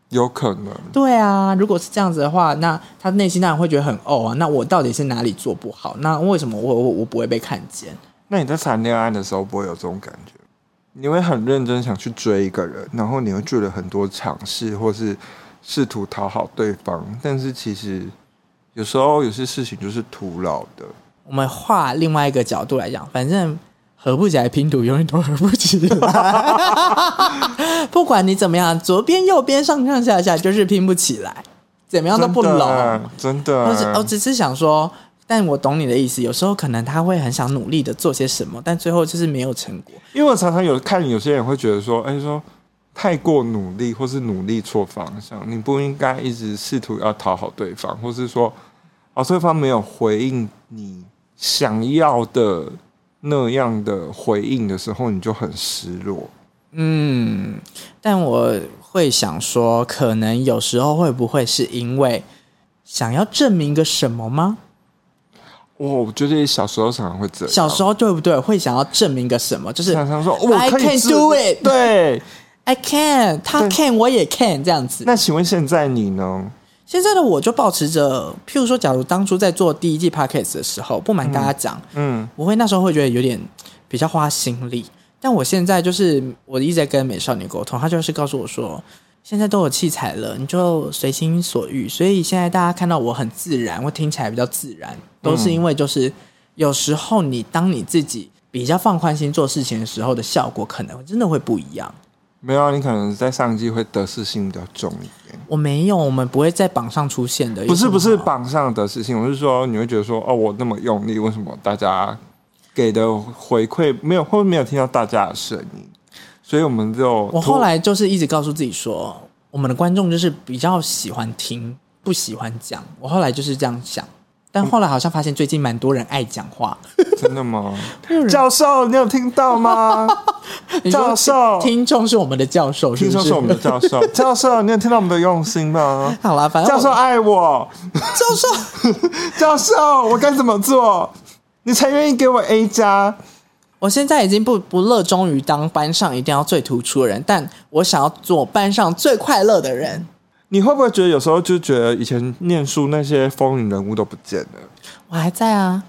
Speaker 1: 有可能。
Speaker 2: 对啊，如果是这样子的话，那他内心当然会觉得很哦啊，那我到底是哪里做不好？那为什么我我我不会被看见？
Speaker 1: 那你在谈恋爱的时候不会有这种感觉？你会很认真想去追一个人，然后你会做了很多尝试，或是试图讨好对方，但是其实有时候有些事情就是徒劳的。
Speaker 2: 我们换另外一个角度来讲，反正合不起来拼图永远都合不 起来。不管你怎么样，左边右边上上下下就是拼不起来，怎么样啊都不哦
Speaker 1: 真
Speaker 2: 拢。
Speaker 1: 的真的。啊
Speaker 2: 我只我只是想说，但我懂你的意思。有时候可能他会很想努力的做些什么，但最后就是没有成果。
Speaker 1: 因为我常常有看有些人会觉得说，哎、说太过努力，或是努力错方向，你不应该一直试图要讨好对方，或是说，哦，对方没有回应你想要的那样的回应的时候，你就很失落。
Speaker 2: 嗯，但我会想说，可能有时候会不会是因为想要证明个什么吗？
Speaker 1: 哇，哦我觉得小时候常常会这样，
Speaker 2: 小时候对不对？会想要证明个什么？就是
Speaker 1: 常常说，哦我
Speaker 2: I
Speaker 1: 可以
Speaker 2: can
Speaker 1: 做
Speaker 2: do it，
Speaker 1: 对，
Speaker 2: I can，他
Speaker 1: 对
Speaker 2: can，我也 can 这样子。
Speaker 1: 那请问现在你呢？
Speaker 2: 现在的我就保持着，譬如说，假如当初在做第一季 podcast 的时候，不瞒大家讲，
Speaker 1: 嗯，
Speaker 2: 我会那时候会觉得有点比较花心力。但我现在就是我一直在跟美少女沟通，她就是告诉我说，现在都有器材了，你就随心所欲。所以现在大家看到我很自然，我听起来比较自然，都
Speaker 1: 嗯
Speaker 2: 是因为就是有时候你当你自己比较放宽心做事情的时候的效果，可能真的会不一样。
Speaker 1: 没有啊，你可能在上一季会得失心比较重一点。
Speaker 2: 我没有，我们不会在榜上出现的。
Speaker 1: 不是
Speaker 2: 有什么
Speaker 1: 不是
Speaker 2: 好啊
Speaker 1: 榜上的事情，我是说你会觉得说哦，我那么用力，为什么大家给的回馈没有，或没有听到大家的声音？所以我们就
Speaker 2: 我后来就是一直告诉自己说，我们的观众就是比较喜欢听，不喜欢讲。我后来就是这样想，但后来好像发现最近蛮多人爱讲 话。
Speaker 1: 真的 吗？
Speaker 2: 人
Speaker 1: 教授，你有听到 吗？
Speaker 2: 你说
Speaker 1: 教授，
Speaker 2: 听众是我们的教授，是
Speaker 1: 听
Speaker 2: 不
Speaker 1: 说
Speaker 2: 是？
Speaker 1: 是我们的教授，教授，你有听到我们的用心吗？
Speaker 2: 好啦，反正
Speaker 1: 教
Speaker 2: 我
Speaker 1: 授爱我，
Speaker 2: 教授，
Speaker 1: 教授，我该怎么做，你才愿意给我 A 加？
Speaker 2: 我现在已经不不热衷于当班上一定要最突出的人，但我想要做班上最快乐的人。
Speaker 1: 你会不会觉得有时候就觉得以前念书那些风云人物都不见了
Speaker 2: 我还在啊，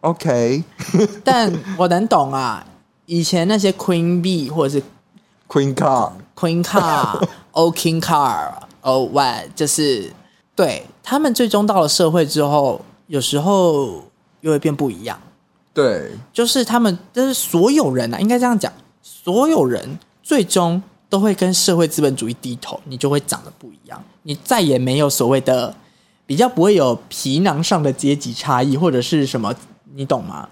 Speaker 1: ？OK，Queen
Speaker 2: 但我能懂啊，以前那些 Queen B 或者是
Speaker 1: Card。
Speaker 2: Queen Car、O King Car、O One，就是对他们最终到了社会之后，有时候又会变不一样。
Speaker 1: 对，
Speaker 2: 就是他们，就是所有人啊，应该这样讲，所有人最终都会跟社会资本主义低头，你就会长得不一样，你再也没有所谓的比较不会有皮囊上的阶级差异或者是什么，你懂吗？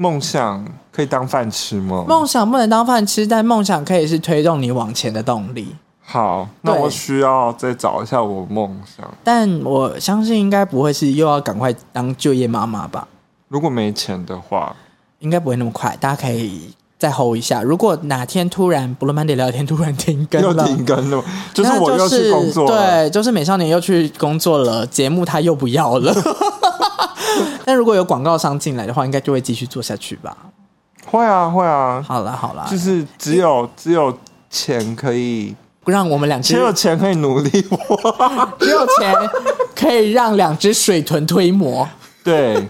Speaker 1: 梦想可以当饭吃吗？
Speaker 2: 梦想不能当饭吃，但梦想可以是推动你往前的动力。
Speaker 1: 好，那
Speaker 2: 对
Speaker 1: 我需要再找一下我梦想。
Speaker 2: 但我相信应该不会是又要赶快当就业妈妈吧，
Speaker 1: 如果没钱的话，
Speaker 2: 应该不会那么快，大家可以再 hold 一下。如果哪天突然不论曼迪聊天突然停更
Speaker 1: 又
Speaker 2: 了，
Speaker 1: 停更了，就是
Speaker 2: 那
Speaker 1: 我又
Speaker 2: 是
Speaker 1: 去工作了。
Speaker 2: 对，就是美少年又去工作了，节目他又不 要了。但如果有广告商进来的话，应该就会继续做下去吧。
Speaker 1: 会啊，会啊，
Speaker 2: 好啦好啦，
Speaker 1: 就是只有只有钱可以，
Speaker 2: 让我们两只
Speaker 1: 只有钱可以努力 我。
Speaker 2: 只有钱可以让两只水豚推磨。
Speaker 1: 对，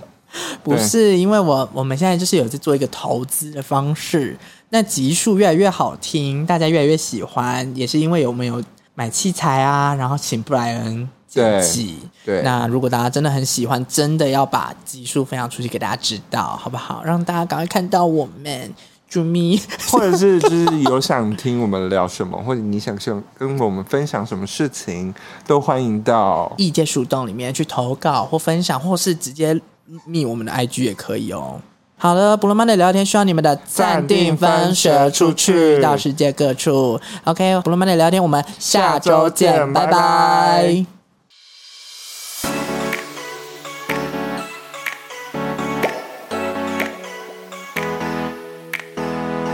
Speaker 2: 不是，因为我我们现在就是有在做一个投资的方式，那集数越来越好听，大家越来越喜欢，也是因为有没有买器材啊，然后请布莱恩剪辑。
Speaker 4: 对
Speaker 2: 那如果大家真的很喜欢，真的要把集数分享出去给大家知道，好不好？让大家赶快看到我们。啾咪，
Speaker 1: 或者是就是有想听我们聊什么，或者你想想跟我们分享什么事情，都欢迎到
Speaker 2: 意见树洞里面去投稿或分享，或是直接密我们的 IG 也可以哦。好了，布罗曼的聊天需要你们的暂定分享出去到世界各处。OK，布罗曼的聊天，我们下周见，
Speaker 1: 下周见
Speaker 2: 拜
Speaker 1: 拜
Speaker 2: 拜
Speaker 1: 拜
Speaker 2: 布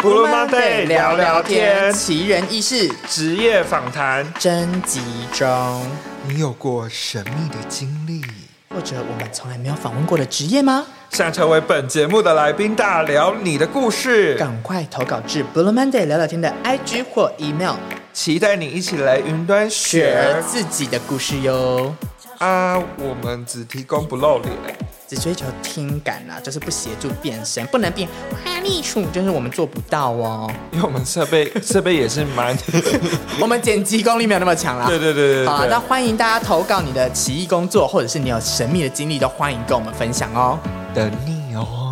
Speaker 1: 布鲁马队聊聊天，
Speaker 2: 奇人异事
Speaker 1: 职业访谈。
Speaker 2: 征集中，
Speaker 4: 你有过神秘的经历？
Speaker 2: 或者我们从来没有访问过的职业吗？
Speaker 1: 想成为本节目的来宾，大聊你的故事，
Speaker 2: 赶快投稿至 Blue Monday 聊聊天的 IG 或 email，
Speaker 1: 期待你一起来云端
Speaker 2: 学
Speaker 1: 学
Speaker 2: 自己的故事哟。
Speaker 1: 啊！我们只提供不露脸，
Speaker 2: 只追求听感啦、就是不协助变身，不能变花栗鼠，就是我们做不 到哦。
Speaker 1: 因为我们 设备设备也是蛮……
Speaker 2: 我们剪辑功力没有那么强啦。
Speaker 1: 对对对对对
Speaker 2: 好啊，
Speaker 1: 对，
Speaker 2: 那欢迎大家投稿你的奇异工作，或者是你有神秘的经历，都欢迎跟我们分享哦。
Speaker 1: 等你哦。